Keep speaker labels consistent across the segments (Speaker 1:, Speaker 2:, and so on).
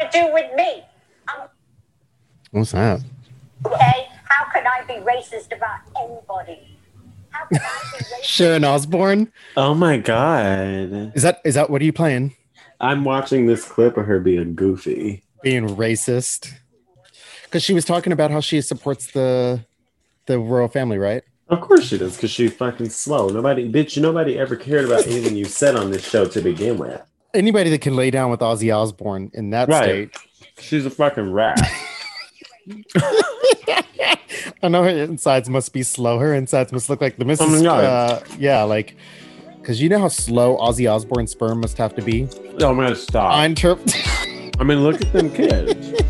Speaker 1: to do with me. Um,
Speaker 2: What's that?
Speaker 1: okay, how can I be racist about anybody? How can I be racist?
Speaker 2: Sharon Osbourne?
Speaker 3: Oh my god.
Speaker 2: Is that is that what are you playing?
Speaker 3: I'm watching this clip of her being goofy.
Speaker 2: Being racist? Because she was talking about how she supports the the royal family, right?
Speaker 3: Of course she does, because she's fucking slow. Nobody, bitch, nobody ever cared about anything you said on this show to begin with.
Speaker 2: Anybody that can lay down with Ozzy Osbourne in that
Speaker 3: Right. She's a fucking rat.
Speaker 2: state, I know her insides must be slow. Her insides must look like the
Speaker 3: Oh my
Speaker 2: Mrs.
Speaker 3: God.
Speaker 2: uh, yeah, like because you know how slow Ozzy Osbourne's sperm must have to be.
Speaker 3: no, I'm gonna stop.
Speaker 2: On ter-
Speaker 3: I mean, look at them kids.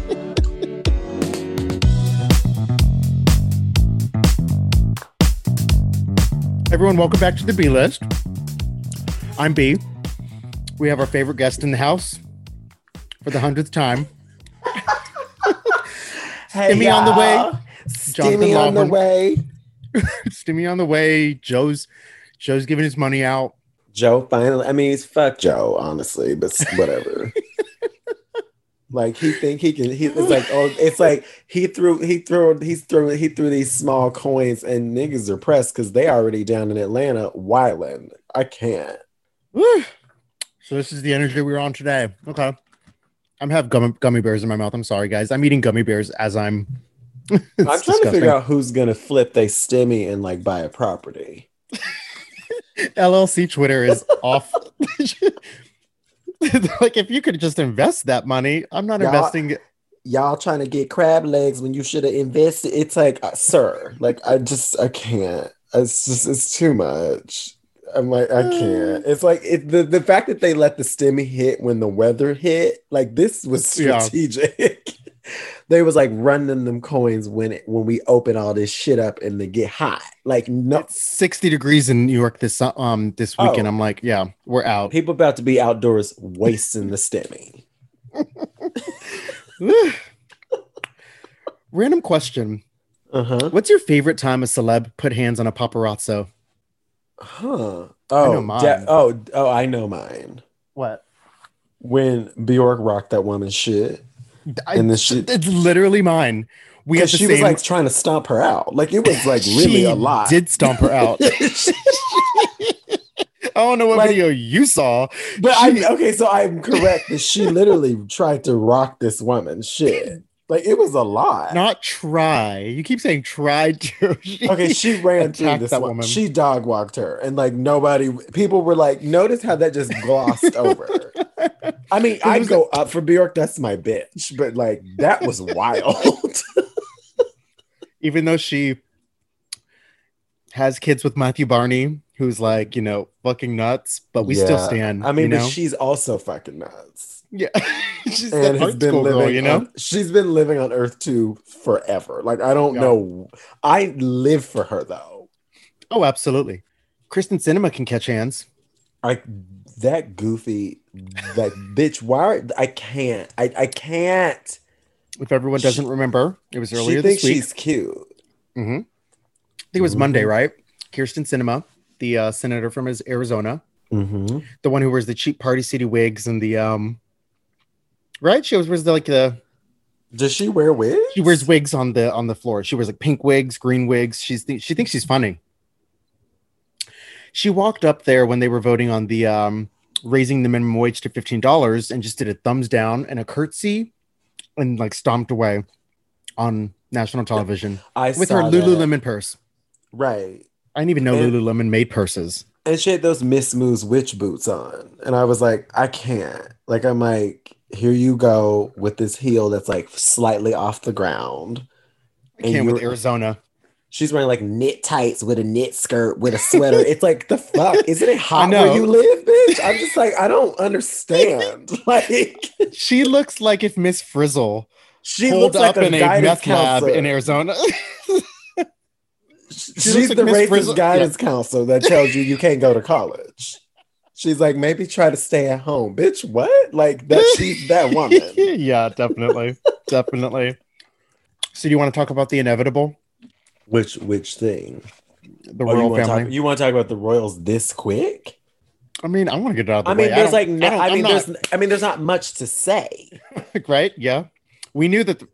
Speaker 2: Everyone, welcome back to the B List. I'm B. We have our favorite guest in the house for the hundredth time.
Speaker 3: Hey,
Speaker 2: Stimmy on the way. Jonathan
Speaker 3: Stimmy on the
Speaker 2: Laughlin.
Speaker 3: way.
Speaker 2: Stimmy on the way. Joe's Joe's giving his money out.
Speaker 3: Joe finally. I mean, it's fuck Joe, honestly, but s- whatever. like he think he can. He it's like oh, it's like he threw he threw he's threw he threw these small coins and niggas are pressed because they already down in Atlanta wilding. I can't.
Speaker 2: Woo. So this is the energy we're on today. Okay. I'm have gummy, gummy bears in my mouth. I'm sorry, guys. I'm eating gummy bears as I'm. It's
Speaker 3: I'm trying to
Speaker 2: disgusting.
Speaker 3: figure out who's gonna flip they stimmy and like buy a property.
Speaker 2: LLC Twitter is off. like if you could just invest that money, I'm not
Speaker 3: Yeah.
Speaker 2: investing.
Speaker 3: Y'all trying to get crab legs when you should have invested. It's like, uh, sir, like I just I can't. It's just it's too much. I'm like I can't. It's like it, the the fact that they let the stimmy hit when the weather hit. Like this was
Speaker 2: Yeah.
Speaker 3: strategic. they was like running them coins when it, when we open all this shit up and they get hot. Like no,
Speaker 2: It's 60 degrees in New York this um this weekend.
Speaker 3: Oh.
Speaker 2: I'm like, yeah, we're out.
Speaker 3: people about to be outdoors wasting the stimmy.
Speaker 2: Random question:
Speaker 3: Uh huh.
Speaker 2: What's your favorite time a celeb put hands on a paparazzo?
Speaker 3: Huh.
Speaker 2: know
Speaker 3: Oh,
Speaker 2: mine.
Speaker 3: de- oh, oh, I know mine.
Speaker 2: What?
Speaker 3: When Bjork rocked that woman's shit,
Speaker 2: I,
Speaker 3: and then she,
Speaker 2: it's literally mine. We had
Speaker 3: because
Speaker 2: the
Speaker 3: she
Speaker 2: same.
Speaker 3: was like trying to stomp her out. Like it was like really
Speaker 2: she
Speaker 3: a lot.
Speaker 2: Did stomp her out. I don't know what
Speaker 3: Like-
Speaker 2: video you saw.
Speaker 3: but I okay, so I'm correct that she literally tried to rock this woman's shit. Like it was a lot.
Speaker 2: Not try. You keep saying try to.
Speaker 3: okay, she ran through
Speaker 2: attacked
Speaker 3: this
Speaker 2: that
Speaker 3: one.
Speaker 2: woman.
Speaker 3: She dog walked her, and like nobody, people were like, notice how that just glossed over. I mean, I
Speaker 2: was-
Speaker 3: go up for Bjork. That's my bitch. But like that was wild.
Speaker 2: even though she has kids with Matthew Barney, who's like, you know, fucking nuts, but we still
Speaker 3: Yeah.
Speaker 2: stand.
Speaker 3: I mean,
Speaker 2: you
Speaker 3: but
Speaker 2: know?
Speaker 3: she's also fucking nuts.
Speaker 2: yeah, she's
Speaker 3: And
Speaker 2: an
Speaker 3: has
Speaker 2: art
Speaker 3: been
Speaker 2: school
Speaker 3: living,
Speaker 2: girl, you know.
Speaker 3: on- she's been living on Earth 2 forever. Like, I don't
Speaker 2: Yeah.
Speaker 3: know. I live for her though.
Speaker 2: oh, absolutely. Kristen Cinema can catch hands.
Speaker 3: Like that goofy, like bitch, why are, I can't. I, I can't.
Speaker 2: If everyone
Speaker 3: She-
Speaker 2: doesn't remember, it was
Speaker 3: she
Speaker 2: earlier
Speaker 3: thinks
Speaker 2: this week.
Speaker 3: she's cute.
Speaker 2: Mhm. I think it was
Speaker 3: Mhm.
Speaker 2: Monday, right? Kirsten Cinema, the uh, senator from his Arizona,
Speaker 3: Mm-hmm.
Speaker 2: the one who wears the cheap party city wigs and the um, right? She always wears the, like the
Speaker 3: Does she wear wigs?
Speaker 2: she wears wigs on the on the floor. She wears like pink wigs, green wigs. She's th- she thinks she's funny. She walked up there when they were voting on the um, raising the minimum wage to fifteen dollars and just did a thumbs down and a curtsy, and like stomped away on national television
Speaker 3: I
Speaker 2: with her
Speaker 3: saw that.
Speaker 2: Lululemon purse.
Speaker 3: Right.
Speaker 2: I didn't even know
Speaker 3: And-
Speaker 2: Lululemon made purses.
Speaker 3: And she had those Miss Moose witch boots on. And I was like, I can't. Like, I'm like, here you go with this heel that's like slightly off the ground.
Speaker 2: I
Speaker 3: And
Speaker 2: can't with
Speaker 3: you're-
Speaker 2: Arizona.
Speaker 3: She's wearing like knit tights with a knit skirt with a sweater. it's like the fuck. Isn't it hot
Speaker 2: know.
Speaker 3: where you live, bitch? I'm just like, I don't understand. Like
Speaker 2: She looks like if Miss Frizzle
Speaker 3: she
Speaker 2: pulled
Speaker 3: looks like
Speaker 2: up
Speaker 3: a
Speaker 2: in a meth
Speaker 3: guidance
Speaker 2: lab
Speaker 3: counselor.
Speaker 2: in Arizona. looks
Speaker 3: She's
Speaker 2: like
Speaker 3: the
Speaker 2: Miss
Speaker 3: racist
Speaker 2: Frizzle-
Speaker 3: guidance counselor that tells you you can't go to college. She's like, maybe try to stay at home, bitch. What? Like that? She's that woman.
Speaker 2: yeah, definitely. definitely. So do you want to talk about the inevitable?
Speaker 3: Which which thing?
Speaker 2: The
Speaker 3: Oh, you
Speaker 2: royal
Speaker 3: want to
Speaker 2: family.
Speaker 3: talk, you want to talk about the royals this quick?
Speaker 2: I mean, I want to get it out of the
Speaker 3: I mean,
Speaker 2: way.
Speaker 3: there's
Speaker 2: don't-
Speaker 3: like no,
Speaker 2: don't-
Speaker 3: I,
Speaker 2: I'm
Speaker 3: mean,
Speaker 2: not-
Speaker 3: there's I mean, there's not much to say.
Speaker 2: right? Yeah. We knew that the-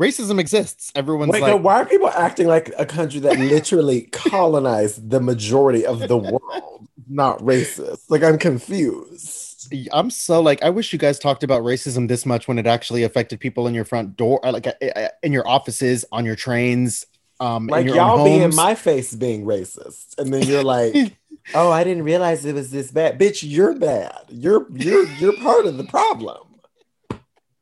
Speaker 2: racism exists. Everyone's
Speaker 3: Wait, no,
Speaker 2: like,
Speaker 3: why are people acting like a country that literally colonized the majority of the world not racist? Like I'm confused.
Speaker 2: I'm so like, I wish you guys talked about racism this much when it actually affected people in your front door, uh, like uh, uh, in your offices, on your trains, um,
Speaker 3: Like
Speaker 2: in your all
Speaker 3: y'all
Speaker 2: own
Speaker 3: be in
Speaker 2: homes.
Speaker 3: my face being racist, and then you're like, "Oh, I didn't realize it was this bad, bitch. You're bad. You're you're you're part of the problem."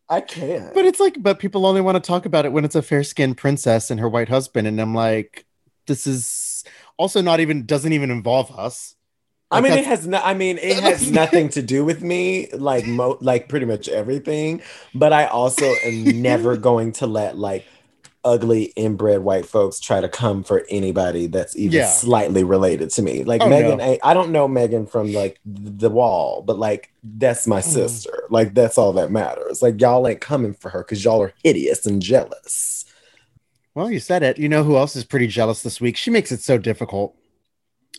Speaker 3: I can't.
Speaker 2: but it's like, but people only want to talk about it when it's a fair skinned princess and her white husband. And I'm like, this is also not even, doesn't even involve us.
Speaker 3: I
Speaker 2: Like,
Speaker 3: mean, it
Speaker 2: that's-
Speaker 3: has no. I mean, it has nothing to do with me. Like mo, like pretty much everything. But I also am never going to let like ugly inbred white folks try to come for anybody that's even
Speaker 2: Yeah.
Speaker 3: slightly related to me. Like
Speaker 2: Oh,
Speaker 3: Megan,
Speaker 2: no.
Speaker 3: I, I don't know Megan from like the wall, but like that's
Speaker 2: Mm.
Speaker 3: my sister. Like that's all that matters. Like y'all ain't coming for her because y'all are hideous and jealous.
Speaker 2: Well, you said it. You know who else is pretty jealous this week? She makes it so difficult.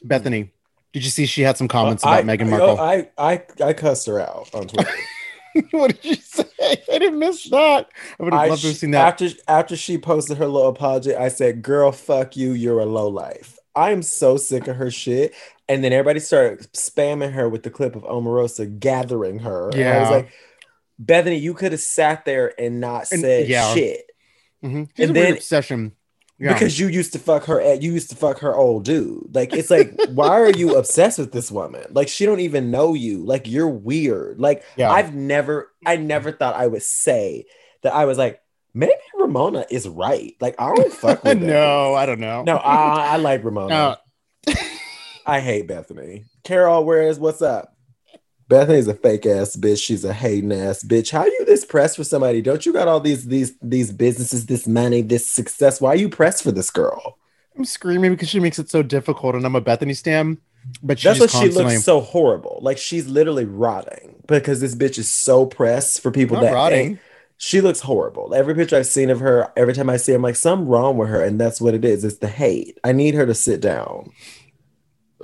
Speaker 2: Bethany, did you see she had some comments about Meghan Markle?
Speaker 3: Hmm. I, I I cussed her out on Twitter.
Speaker 2: what did you say? I didn't miss that. I would have
Speaker 3: I
Speaker 2: loved to have
Speaker 3: sh-
Speaker 2: seen that.
Speaker 3: After after she posted her little apology, I said, "Girl, fuck you. You're a low life." I'm so sick of her shit. And then everybody started spamming her with the clip of Omarosa gathering her. And I
Speaker 2: Yeah.
Speaker 3: was like, Bethany, you could have sat there and not
Speaker 2: And-
Speaker 3: said
Speaker 2: yeah.
Speaker 3: shit
Speaker 2: Mhm. She's
Speaker 3: and
Speaker 2: a weird
Speaker 3: then-
Speaker 2: obsession. Yeah.
Speaker 3: because you used to fuck her. At, you used to fuck her old dude. Like it's like, why are you obsessed with this woman? Like she don't even know you. Like you're weird. Like
Speaker 2: yeah.
Speaker 3: I've never, I never thought I would say that I was like, maybe Ramona is right. Like, I don't fuck with her.
Speaker 2: no, I don't know. Uh,
Speaker 3: No, I, I like Ramona.
Speaker 2: No.
Speaker 3: I hate Bethany. Carol, where is what's up? Bethany's a fake ass bitch. She's a hating ass bitch. How you this pressed for somebody? Don't you got all these these these businesses, this money, this success? Why you pressed for this girl?
Speaker 2: I'm screaming because she makes it so difficult, and I'm a Bethany stan. But she
Speaker 3: That's why
Speaker 2: just
Speaker 3: she
Speaker 2: constantly.
Speaker 3: looks so horrible. Like she's literally rotting because this bitch is so pressed for people
Speaker 2: not
Speaker 3: that
Speaker 2: rotting.
Speaker 3: ain't- she looks horrible. Every picture I've seen of her, every time I see her, I'm like, something wrong with her. And that's what it is. It's the hate. I need her to sit down.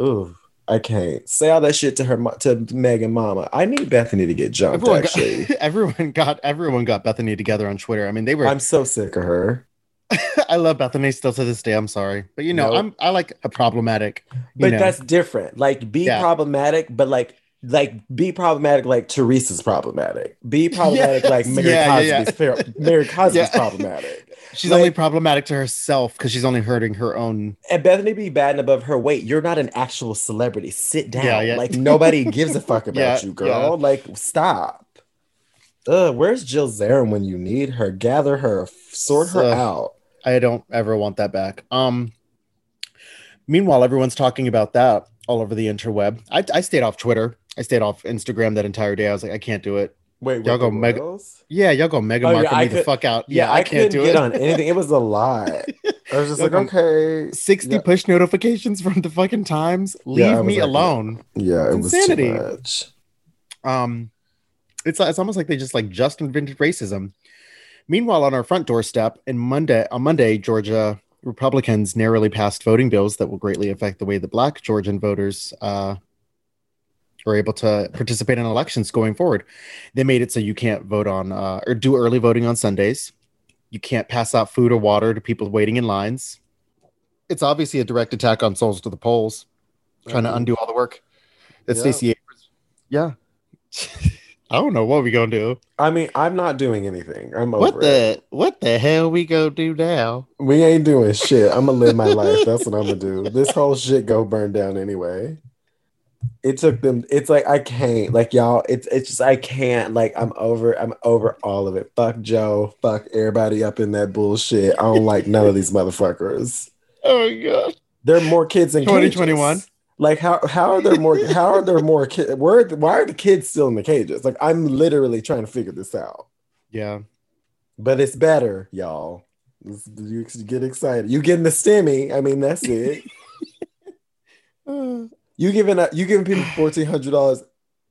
Speaker 3: Ooh, I can't. Say all that shit to her mo- to Megan Mama. I need Bethany to get jumped,
Speaker 2: Everyone got,
Speaker 3: actually.
Speaker 2: everyone got everyone got Bethany together on Twitter. I mean, they were.
Speaker 3: I'm so sick of her.
Speaker 2: I love Bethany still to this day. I'm sorry, but you know,
Speaker 3: Nope.
Speaker 2: I'm I like a problematic. you
Speaker 3: But
Speaker 2: know.
Speaker 3: that's different. Like be
Speaker 2: Yeah.
Speaker 3: problematic, but like like be problematic like Teresa's problematic. Be problematic like Mary
Speaker 2: Yeah, yeah,
Speaker 3: Cosby's fair- Mary Cosby's
Speaker 2: Yeah.
Speaker 3: problematic.
Speaker 2: she's
Speaker 3: like-
Speaker 2: only problematic to herself because she's only hurting her own.
Speaker 3: And Bethany be bad and above her weight. You're not an actual celebrity. Sit down.
Speaker 2: Yeah, yeah.
Speaker 3: Like nobody gives a fuck about
Speaker 2: Yeah,
Speaker 3: you, girl. Like stop. Ugh, where's Jill Zarin when you need her? Gather her, f- sort her
Speaker 2: Ugh.
Speaker 3: out.
Speaker 2: I don't ever want that back. Um. Meanwhile, everyone's talking about that all over the interweb. I, I stayed off Twitter. I stayed off Instagram that entire day. I was like, I can't do it. Y'all
Speaker 3: Wait, with the
Speaker 2: go mega-
Speaker 3: Royals?
Speaker 2: Yeah, y'all go mega
Speaker 3: Oh, yeah,
Speaker 2: market
Speaker 3: I
Speaker 2: me the
Speaker 3: could-
Speaker 2: fuck out.
Speaker 3: Yeah, I, can't do get on anything. It was a lot. I was just
Speaker 2: Y'all
Speaker 3: like, okay,
Speaker 2: 60
Speaker 3: Yeah,
Speaker 2: push notifications from the fucking times. Leave
Speaker 3: Yeah, I was
Speaker 2: me
Speaker 3: like,
Speaker 2: alone.
Speaker 3: yeah it was
Speaker 2: Insanity.
Speaker 3: too much.
Speaker 2: Um, it's it's almost like they just like just invented racism. Meanwhile, on our front doorstep, in Monday on Monday, Georgia Republicans narrowly passed voting bills that will greatly affect the way that Black Georgian voters uh, are able to participate in elections going forward. They made it so you can't vote on uh, or do early voting on Sundays. You can't pass out food or water to people waiting in lines. It's obviously a direct attack on souls to the polls, trying to
Speaker 3: Mhm.
Speaker 2: undo all the work that
Speaker 3: Yeah.
Speaker 2: Stacey Abrams. Yeah. I don't know what we gonna do.
Speaker 3: I mean, I'm not doing anything. I'm over
Speaker 2: What
Speaker 3: it.
Speaker 2: the what the hell we gonna do now?
Speaker 3: We ain't doing shit. I'm gonna live my life. That's what I'm gonna do. This whole shit go burn down anyway. It took them. It's like I can't. Like y'all. It's it's just I can't. Like I'm over. I'm over all of it. Fuck Joe. Fuck everybody up in that bullshit. I don't like none of these motherfuckers.
Speaker 2: Oh my god.
Speaker 3: There are more kids in cages.
Speaker 2: 2021.
Speaker 3: Like how how are there more how are there more kids? Where why are the kids still in the cages? Like I'm literally trying to figure this out.
Speaker 2: Yeah.
Speaker 3: But it's better, y'all. This- You get excited. You getting the stimmy. I mean, that's it.
Speaker 2: Uh,
Speaker 3: you giving a, you giving people fourteen hundred dollars,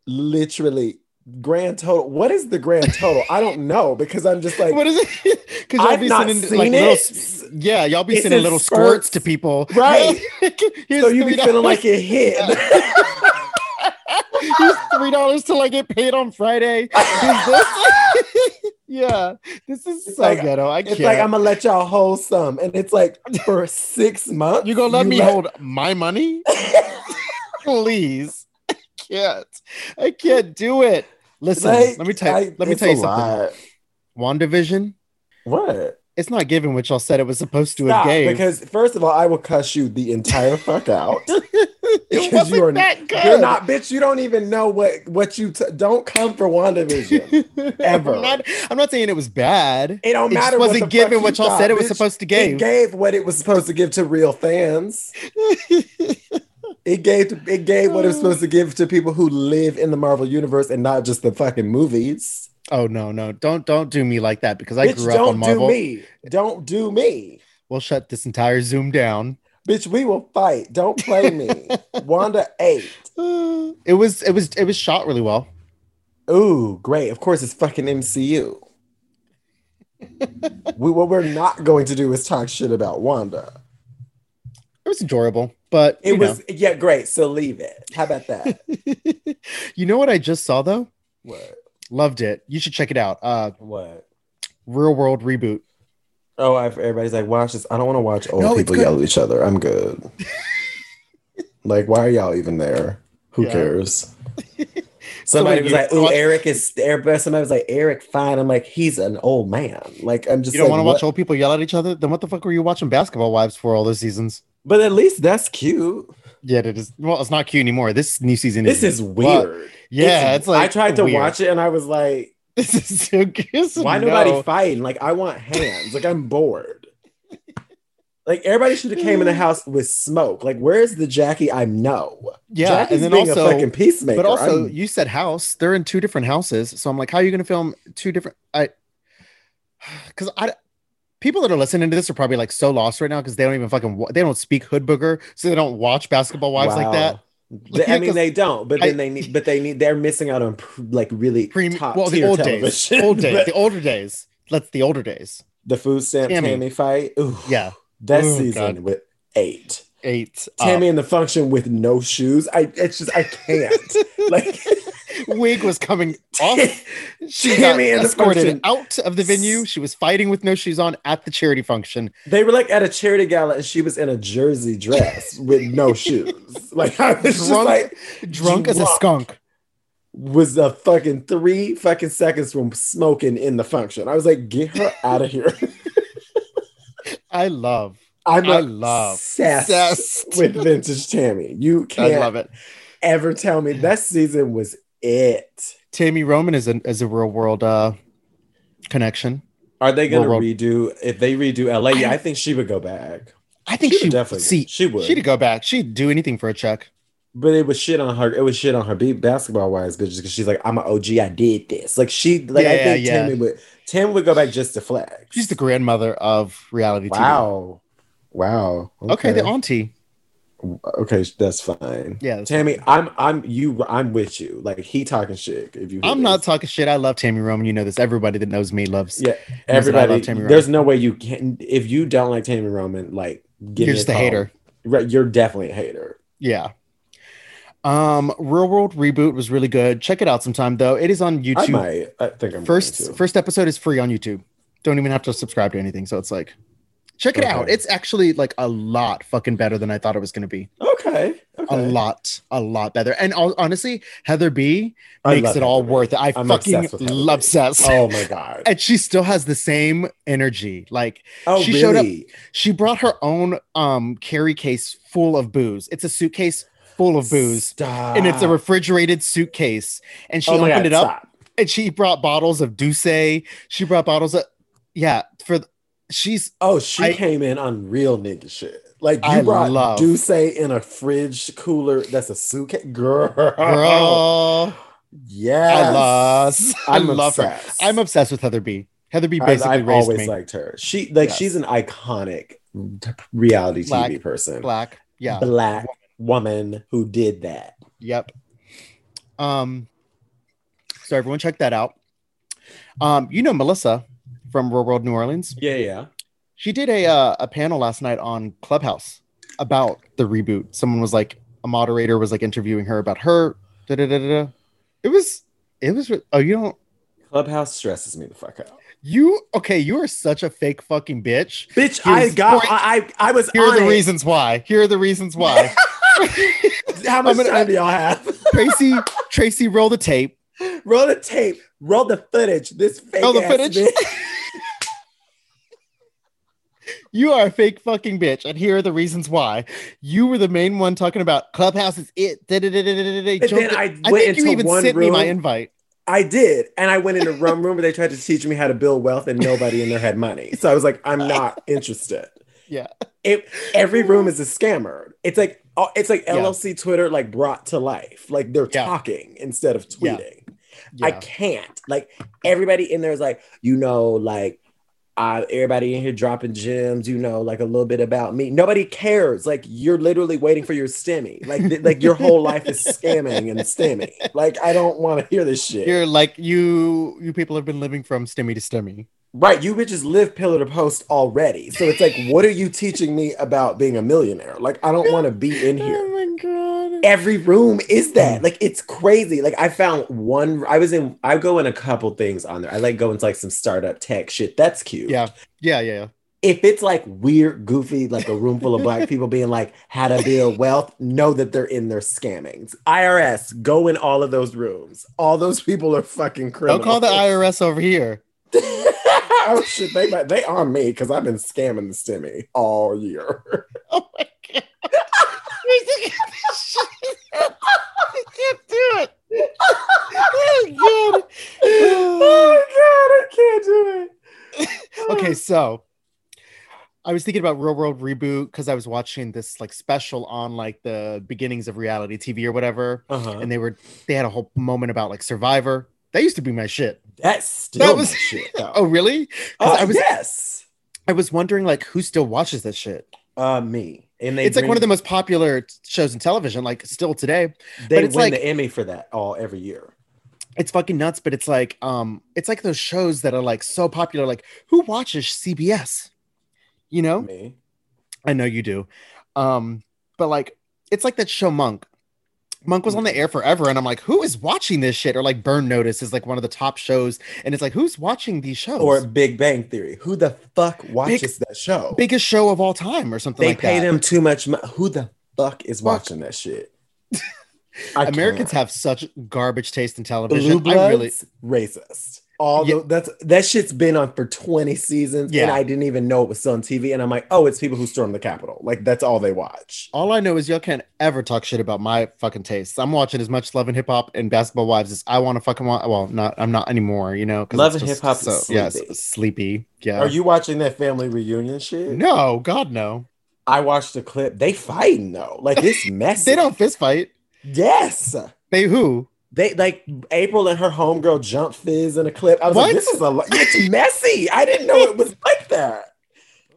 Speaker 3: literally grand total. What is the grand total? I don't know because I'm just like
Speaker 2: what is it? Because
Speaker 3: I've not seen it.
Speaker 2: little, s- yeah, y'all be
Speaker 3: It's
Speaker 2: sending
Speaker 3: in
Speaker 2: little
Speaker 3: spurts.
Speaker 2: squirts. to people,
Speaker 3: Right.
Speaker 2: Here's
Speaker 3: so you be
Speaker 2: $3.
Speaker 3: feeling like it hit.
Speaker 2: Here's three dollars till I get paid on Friday. Here's this. yeah, this is
Speaker 3: It's
Speaker 2: so
Speaker 3: like-
Speaker 2: ghetto. I
Speaker 3: It's
Speaker 2: can't.
Speaker 3: like I'm gonna let y'all hold some, and it's like for six months.
Speaker 2: you gonna let me
Speaker 3: hold.
Speaker 2: hold my money? Please, I can't. I can't do it. Listen,
Speaker 3: Like,
Speaker 2: let me tell.
Speaker 3: I-
Speaker 2: you. let me
Speaker 3: it's
Speaker 2: tell you
Speaker 3: a
Speaker 2: something.
Speaker 3: lot.
Speaker 2: Wandavision.
Speaker 3: What?
Speaker 2: It's not giving what y'all said it was supposed to
Speaker 3: Stop,
Speaker 2: have gave.
Speaker 3: because first of all, I will cuss you the entire fuck out.
Speaker 2: it
Speaker 3: because
Speaker 2: wasn't
Speaker 3: you are-
Speaker 2: that good.
Speaker 3: You're not, bitch. You don't even know what what you t- don't come for WandaVision. ever.
Speaker 2: I'm not, I'm not saying it was bad.
Speaker 3: It don't
Speaker 2: It just
Speaker 3: matter.
Speaker 2: wasn't
Speaker 3: what the fuck
Speaker 2: giving
Speaker 3: you
Speaker 2: what y'all
Speaker 3: thought,
Speaker 2: said it was
Speaker 3: bitch.
Speaker 2: supposed to
Speaker 3: It
Speaker 2: give.
Speaker 3: gave what it was supposed to give to real fans. It gave it gave what it was supposed to give to people who live in the Marvel universe and not just the fucking movies.
Speaker 2: oh no, no, don't don't do me like that because I
Speaker 3: bitch,
Speaker 2: grew up
Speaker 3: don't
Speaker 2: on Marvel.
Speaker 3: do me. Don't do me.
Speaker 2: We'll shut this entire Zoom down.
Speaker 3: Bitch, we will fight. Don't play me. Wanda eight.
Speaker 2: It was it was it was shot really well.
Speaker 3: Ooh, great. Of course, it's fucking MCU. we, what we're not going to do is talk shit about Wanda.
Speaker 2: It was enjoyable, but
Speaker 3: It
Speaker 2: you
Speaker 3: was, yeah, great. So leave it. How about that?
Speaker 2: know. you know what I just saw though?
Speaker 3: what?
Speaker 2: Loved it. You should check it out. Uh,
Speaker 3: What?
Speaker 2: Real World reboot.
Speaker 3: Oh, I, everybody's like, watch this. I don't want to watch old
Speaker 2: No, it's
Speaker 3: people
Speaker 2: good.
Speaker 3: yell at each other. I'm good. like, why are y'all even there? Who
Speaker 2: Yeah.
Speaker 3: cares? Somebody
Speaker 2: wait,
Speaker 3: was
Speaker 2: you-
Speaker 3: like, "Ooh,
Speaker 2: what-
Speaker 3: Eric is." Eric- Somebody was like, "Eric, fine." I'm like, "He's an old man." Like, I'm just.
Speaker 2: You don't
Speaker 3: like,
Speaker 2: want to
Speaker 3: what-
Speaker 2: watch old people yell at each other? Then what the fuck were you watching Basketball Wives for all those seasons?
Speaker 3: But at least that's cute.
Speaker 2: Yeah, it is. Well, it's not cute anymore. This new season.
Speaker 3: This is
Speaker 2: Well,
Speaker 3: weird.
Speaker 2: Yeah, it's, like
Speaker 3: I tried to
Speaker 2: weird.
Speaker 3: watch it and I was like,
Speaker 2: This is so good.
Speaker 3: why nobody fighting? Like I want hands. Like I'm bored. Like everybody should have came in the house with smoke. Like where's the Jackie? I know.
Speaker 2: Yeah,
Speaker 3: Jackie's
Speaker 2: and then
Speaker 3: being
Speaker 2: also-
Speaker 3: a fucking peacemaker.
Speaker 2: But also,
Speaker 3: I'm-
Speaker 2: you said house. They're in two different houses, so I'm like, how are you going to film two different? I because I people that are listening to this are probably like so lost right now because they don't even fucking wa- they don't speak hood booger, so they don't watch Basketball Wives like
Speaker 3: Wow.
Speaker 2: that.
Speaker 3: They- I
Speaker 2: Yeah,
Speaker 3: mean,
Speaker 2: 'cause
Speaker 3: they don't. But
Speaker 2: I-
Speaker 3: then they need. But they need. They're missing out on pr- like really
Speaker 2: Prem-
Speaker 3: top
Speaker 2: well, the
Speaker 3: tier
Speaker 2: old days,
Speaker 3: television.
Speaker 2: old days,
Speaker 3: But
Speaker 2: the older days. Let's the older days.
Speaker 3: the food stamp
Speaker 2: Tammy.
Speaker 3: Tammy, fight. Ooh,
Speaker 2: Yeah,
Speaker 3: that
Speaker 2: Oh,
Speaker 3: season
Speaker 2: God. Uh,
Speaker 3: with eight.
Speaker 2: eight. up.
Speaker 3: Tammy in the function with no shoes. I. It's just I can't. like.
Speaker 2: wig was coming off. She got
Speaker 3: Tammy in the
Speaker 2: escorted
Speaker 3: function.
Speaker 2: out of the venue. She was fighting with no shoes on at the charity function.
Speaker 3: They were like at a charity gala, and she was in a jersey dress with no shoes. Like I was just
Speaker 2: Drunk.
Speaker 3: like,
Speaker 2: Drunk as a
Speaker 3: Drunk.
Speaker 2: skunk.
Speaker 3: was a fucking three fucking seconds from smoking in the function. I was like, get her out of here.
Speaker 2: I love.
Speaker 3: I'm
Speaker 2: I love-
Speaker 3: obsessed,
Speaker 2: obsessed.
Speaker 3: with vintage Tammy. You
Speaker 2: I
Speaker 3: can't
Speaker 2: love it.
Speaker 3: ever tell me that season was it.
Speaker 2: Tammy Roman is a is a real world uh connection.
Speaker 3: Are they gonna
Speaker 2: Well, well-
Speaker 3: redo if they redo LA? Yeah, I think she would go back.
Speaker 2: I think
Speaker 3: She
Speaker 2: she,
Speaker 3: would definitely-
Speaker 2: see
Speaker 3: she would.
Speaker 2: she'd go back. She'd do anything for a check.
Speaker 3: But it was shit on her. It was shit on her beat basketball wise bitches because she's like, I'm an OG. I did this. Like she, like I
Speaker 2: Yeah,
Speaker 3: think
Speaker 2: yeah.
Speaker 3: Tammy would. Tammy would go back just to flex.
Speaker 2: She's the grandmother of reality
Speaker 3: wow, wow.
Speaker 2: TV. Okay, the auntie.
Speaker 3: okay, that's fine.
Speaker 2: Yeah, that's
Speaker 3: Tammy, I'm, I'm you, I'm with you. Like he talking shit. If you, hear
Speaker 2: I'm not
Speaker 3: this.
Speaker 2: talking shit. I love Tammy Roman. You know this. Everybody that knows me loves.
Speaker 3: Yeah,
Speaker 2: I love
Speaker 3: everybody.
Speaker 2: Tammy Roman.
Speaker 3: there's no way you can. If you don't like Tammy Roman, like give
Speaker 2: You're
Speaker 3: me
Speaker 2: just
Speaker 3: a
Speaker 2: a
Speaker 3: call.
Speaker 2: hater.
Speaker 3: Right, you're definitely a hater.
Speaker 2: Yeah. Um, Real World Reboot was really good. Check it out sometime though. It is on
Speaker 3: I
Speaker 2: YouTube.
Speaker 3: might. I think I'm
Speaker 2: First
Speaker 3: going to.
Speaker 2: first episode is free on YouTube. Don't even have to subscribe to anything. So it's like, check it
Speaker 3: Okay.
Speaker 2: out. It's actually like a lot fucking better than I thought it was gonna be.
Speaker 3: Okay, okay.
Speaker 2: a lot, a lot better. And hon- honestly, Heather B
Speaker 3: I
Speaker 2: makes
Speaker 3: love
Speaker 2: it all
Speaker 3: Heather B.
Speaker 2: worth it. I
Speaker 3: I'm
Speaker 2: fucking
Speaker 3: obsessed with Heather B.
Speaker 2: love Sess.
Speaker 3: Oh my god.
Speaker 2: And she still has the same energy. Like
Speaker 3: Oh,
Speaker 2: She
Speaker 3: really?
Speaker 2: showed up- she brought her own um carry case full of booze. It's a suitcase full of booze.
Speaker 3: Stop.
Speaker 2: And it's a refrigerated suitcase. And she
Speaker 3: Ah. Oh my
Speaker 2: opened
Speaker 3: God,
Speaker 2: it up
Speaker 3: stop.
Speaker 2: and she brought bottles of Douce. She brought bottles of yeah, for th- she's
Speaker 3: Oh, she
Speaker 2: I-
Speaker 3: came in on real nigga shit. Like you
Speaker 2: I
Speaker 3: brought
Speaker 2: love-
Speaker 3: Duce in a fridge cooler. That's a suitcase, girl.
Speaker 2: girl.
Speaker 3: Uh, oh. Yes,
Speaker 2: I lost. I
Speaker 3: I'm
Speaker 2: love her.
Speaker 3: obsessed.
Speaker 2: I'm obsessed with Heather B. Heather B.
Speaker 3: I-
Speaker 2: basically
Speaker 3: I've
Speaker 2: raised
Speaker 3: always
Speaker 2: me.
Speaker 3: liked her. She like
Speaker 2: Yes.
Speaker 3: she's an iconic t- reality TV
Speaker 2: Black-
Speaker 3: person.
Speaker 2: Black. Yeah.
Speaker 3: Black woman who did that.
Speaker 2: Yep. Um. So everyone, check that out. Um, you know Melissa from Real World New Orleans.
Speaker 3: Yeah, yeah.
Speaker 2: She did a uh, a panel last night on Clubhouse about the reboot. Someone was like, a moderator was like interviewing her about her. Da, da, da, da, da. It was, it was. Oh, you don't.
Speaker 3: Clubhouse stresses me the fuck out.
Speaker 2: You okay? You are such a fake fucking bitch.
Speaker 3: Bitch, I
Speaker 2: Here's-
Speaker 3: got. I I, I was
Speaker 2: Here are
Speaker 3: on
Speaker 2: the
Speaker 3: it.
Speaker 2: reasons why. Here are the reasons why.
Speaker 3: How much
Speaker 2: I'm gonna-
Speaker 3: time do y'all have?
Speaker 2: Tracy, Tracy, roll the tape.
Speaker 3: roll the tape. Roll the footage. This fake.
Speaker 2: Roll the
Speaker 3: ass
Speaker 2: footage.
Speaker 3: bitch.
Speaker 2: You are a fake fucking bitch, and here are the reasons why. You were the main one talking about Clubhouse is it. da, da, da, da, da, da, da,
Speaker 3: And
Speaker 2: Joke-
Speaker 3: then I
Speaker 2: I
Speaker 3: went
Speaker 2: think you
Speaker 3: into
Speaker 2: even
Speaker 3: one
Speaker 2: sent me my
Speaker 3: room.
Speaker 2: invite.
Speaker 3: I did. And I went in a rum room where they tried to teach me how to build wealth and nobody in there had money. So I was like, I'm not interested.
Speaker 2: Yeah.
Speaker 3: It, every room is a scammer. It's like oh, it's like
Speaker 2: Yeah.
Speaker 3: LLC Twitter like brought to life. Like they're
Speaker 2: Yeah.
Speaker 3: talking instead of
Speaker 2: Yeah.
Speaker 3: tweeting. I
Speaker 2: Yeah.
Speaker 3: can't. Like everybody in there is like, you know, like uh, everybody in here dropping gems, you know, like a little bit about me. Nobody cares. Like you're literally waiting for your stimmy. Like th- like your whole life is scamming and stimmy. Like I don't want to hear this shit.
Speaker 2: You're like you. You people have been living from stimmy to stimmy.
Speaker 3: Right, you bitches live pillar to post already. So it's like, what are you teaching me about being a millionaire? Like, I don't want to be in here.
Speaker 2: Oh my god.
Speaker 3: Every room is
Speaker 2: Mm.
Speaker 3: that. Like, it's crazy. Like, I found one. I was in. I go in a couple things on there. I like go into like some startup tech shit. That's cute.
Speaker 2: Yeah. Yeah. Yeah.
Speaker 3: If it's like weird, goofy, like a room full of black people being like, "How to build wealth," know that they're in their scammings. IRS, go in all of those rooms. All those people are fucking
Speaker 2: I'll
Speaker 3: criminals.
Speaker 2: call the IRS over here.
Speaker 3: oh shit, they might- they on me because I've been scamming the stimmy all year.
Speaker 2: Oh my god. I can't do it. Oh god.
Speaker 3: Oh, god, I can't do it.
Speaker 2: okay, so I was thinking about Real World Reboot because I was watching this like special on like the beginnings of reality TV or whatever,
Speaker 3: uh-huh.
Speaker 2: and they were they had a whole moment about like Survivor. That used to be my shit.
Speaker 3: that's still that was
Speaker 2: was-
Speaker 3: shit. Though.
Speaker 2: Oh, really?
Speaker 3: Uh,
Speaker 2: I was-
Speaker 3: yes,
Speaker 2: I was wondering like who still watches this shit.
Speaker 3: uh, me and they.
Speaker 2: It's like
Speaker 3: bring-
Speaker 2: one of the most popular t- shows in television, like still today. but
Speaker 3: They win
Speaker 2: it's like-
Speaker 3: the Emmy for that all every year.
Speaker 2: It's fucking nuts, but it's like um, it's like those shows that are like so popular. Like who watches CBS? You know,
Speaker 3: Me,
Speaker 2: I know you do. Um, but like it's like that show Monk. Monk was on the air forever, and I'm like, who is watching this shit? Or like Burn Notice is like one of the top shows, and it's like, who's watching these shows?
Speaker 3: or Big Bang Theory. Who the fuck watches that show?
Speaker 2: biggest show of all time, or something
Speaker 3: they
Speaker 2: like
Speaker 3: pay
Speaker 2: that.
Speaker 3: them too much. Mo- Who the fuck is watching that shit? I
Speaker 2: Americans
Speaker 3: can't.
Speaker 2: have such garbage taste in
Speaker 3: Blue
Speaker 2: television.
Speaker 3: Bloods,
Speaker 2: I really
Speaker 3: racist. All
Speaker 2: Yeah.
Speaker 3: tho- that's that shit's been on for 20 seasons, and
Speaker 2: Yeah.
Speaker 3: I didn't even know it was still on TV. And I'm like, oh, it's people who stormed the Capitol. Like that's all they watch.
Speaker 2: all I know is y'all can't ever talk shit about my fucking tastes. I'm watching as much Love and Hip Hop and Basketball Wives as I want to fucking want. Well, not I'm not anymore, you know. 'cause
Speaker 3: Love
Speaker 2: it's
Speaker 3: and
Speaker 2: just
Speaker 3: Hip Hop is
Speaker 2: so- yeah,
Speaker 3: sleepy.
Speaker 2: it's sleepy. Yeah.
Speaker 3: Are you watching that family reunion shit?
Speaker 2: No, God no.
Speaker 3: I watched a clip. They fighting though. Like it's messy.
Speaker 2: They don't fist fight.
Speaker 3: Yes.
Speaker 2: They who?
Speaker 3: They like April and her homegirl jump fizz in a clip. I was
Speaker 2: What?
Speaker 3: like, this is a lo- it's messy. I didn't know it was like that.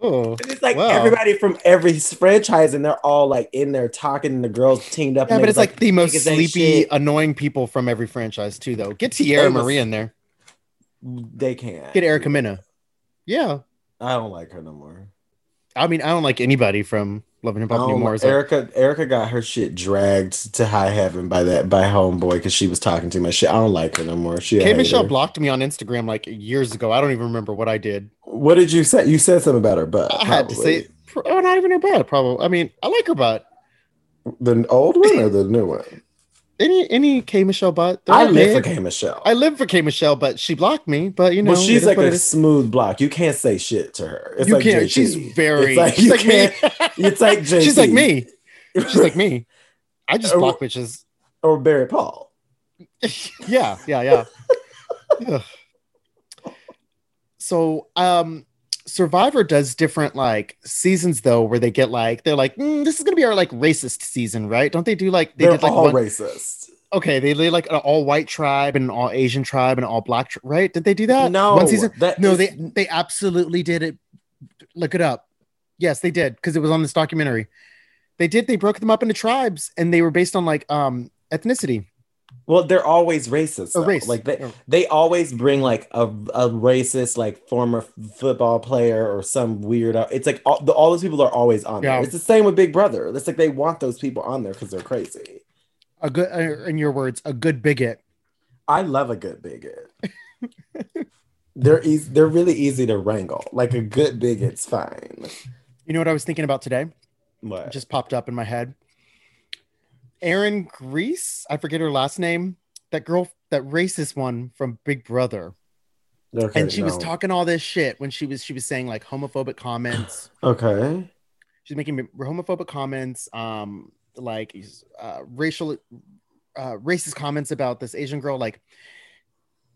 Speaker 2: Oh,
Speaker 3: And it's like
Speaker 2: Wow.
Speaker 3: everybody from every franchise, and they're all like in there talking, and the girls teamed up.
Speaker 2: yeah,
Speaker 3: and
Speaker 2: but
Speaker 3: they
Speaker 2: it's
Speaker 3: was
Speaker 2: like, the most
Speaker 3: niggas ain't
Speaker 2: sleepy,
Speaker 3: shit.
Speaker 2: annoying people from every franchise too, though. Get Tierra
Speaker 3: They was-
Speaker 2: Marie in there.
Speaker 3: They can't
Speaker 2: Get Erica Mena. Yeah,
Speaker 3: I don't like her no more.
Speaker 2: I mean, I don't like anybody from Love and Hip
Speaker 3: I
Speaker 2: Hop
Speaker 3: don't
Speaker 2: anymore.
Speaker 3: like-
Speaker 2: so-
Speaker 3: Erica Erica got her shit dragged to high heaven by that by homeboy because she was talking too much shit. I don't like her no more. She a
Speaker 2: K Michelle
Speaker 3: hater.
Speaker 2: blocked me on Instagram like years ago. I don't even remember what I did.
Speaker 3: What did you say? You said something about her butt.
Speaker 2: I had to say,
Speaker 3: probably.
Speaker 2: pr- oh, not even her butt. Probably. I mean, I like her butt.
Speaker 3: the old one or the new one.
Speaker 2: Any any K Michelle butt. they're
Speaker 3: I live for
Speaker 2: big.
Speaker 3: K Michelle.
Speaker 2: I live for K Michelle, but she blocked me. But you know,
Speaker 3: well,
Speaker 2: it
Speaker 3: she's
Speaker 2: is
Speaker 3: like
Speaker 2: what it
Speaker 3: a
Speaker 2: is.
Speaker 3: smooth block. You can't say shit to her. It's
Speaker 2: you
Speaker 3: like
Speaker 2: can't.
Speaker 3: JT.
Speaker 2: She's very.
Speaker 3: It's like
Speaker 2: she's
Speaker 3: you
Speaker 2: like me.
Speaker 3: can't. It's like JT.
Speaker 2: she's like me. She's like me. I just
Speaker 3: Oh.
Speaker 2: block bitches.
Speaker 3: or Barry Paul.
Speaker 2: yeah, yeah, yeah. Ugh. so, um, Survivor does different like seasons though, where they get like they're like "Mm, this is gonna be our like racist season, right? Don't they do like they
Speaker 3: They are
Speaker 2: did like
Speaker 3: all
Speaker 2: one-
Speaker 3: racist.
Speaker 2: okay they did like an all white tribe and an all Asian tribe and an all black tri- right? Did they do that? one season.
Speaker 3: that
Speaker 2: No,
Speaker 3: is-
Speaker 2: they they absolutely did it. Look it up. Yes, they did because it was on this documentary. They did. They broke them up into tribes and they were based on like um ethnicity
Speaker 3: well, they're always racist.
Speaker 2: or
Speaker 3: though.
Speaker 2: race.
Speaker 3: Like they,
Speaker 2: Or-
Speaker 3: they always bring like a, a racist like former football player or some weird. It's like all, the, all those people are always on
Speaker 2: Yeah.
Speaker 3: there. It's the same with Big Brother. It's like they want those people on there because they're crazy.
Speaker 2: a good uh, in your words a good bigot.
Speaker 3: I love a good bigot. they're easy. They're really easy to wrangle. Like a good bigot's fine.
Speaker 2: You know what I was thinking about today?
Speaker 3: What?
Speaker 2: just popped up in my head. Erin Grease, I forget her last name. That girl, that racist one from Big Brother,
Speaker 3: Okay,
Speaker 2: and she was
Speaker 3: no.
Speaker 2: talking all this shit when she was she was saying like homophobic comments.
Speaker 3: Okay.
Speaker 2: She's making homophobic comments, um, like uh, racial, uh, racist comments about this Asian girl. Like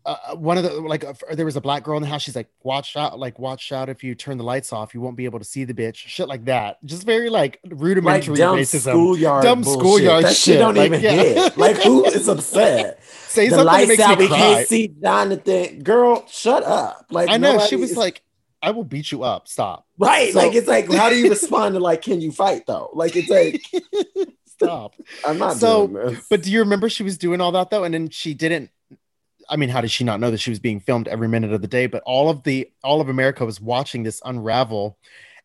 Speaker 2: uh, one of the like uh, there was a black girl in the house. She's like, watch out, like watch out if you turn the lights off, you won't be able to see the bitch. Shit like that, just very like
Speaker 3: like
Speaker 2: rudimentary
Speaker 3: dumb
Speaker 2: racism.
Speaker 3: schoolyard
Speaker 2: Dumb
Speaker 3: bullshit.
Speaker 2: schoolyard
Speaker 3: that shit
Speaker 2: shit,
Speaker 3: don't
Speaker 2: like,
Speaker 3: even
Speaker 2: yeah.
Speaker 3: hit like who is upset
Speaker 2: Say
Speaker 3: the
Speaker 2: something that
Speaker 3: lights
Speaker 2: makes me
Speaker 3: out we
Speaker 2: cry.
Speaker 3: can't see jonathan girl shut up like
Speaker 2: I know
Speaker 3: nobody
Speaker 2: she was
Speaker 3: is-
Speaker 2: like, "I will beat you up." Stop,
Speaker 3: right
Speaker 2: so-
Speaker 3: like it's like how do you respond to like can you fight though like it's like
Speaker 2: stop.
Speaker 3: i'm not
Speaker 2: So,
Speaker 3: doing this
Speaker 2: but do you remember she was doing all that though, and then she didn't? I mean, how did she not know that she was being filmed every minute of the day? But all of the all of America was watching this unravel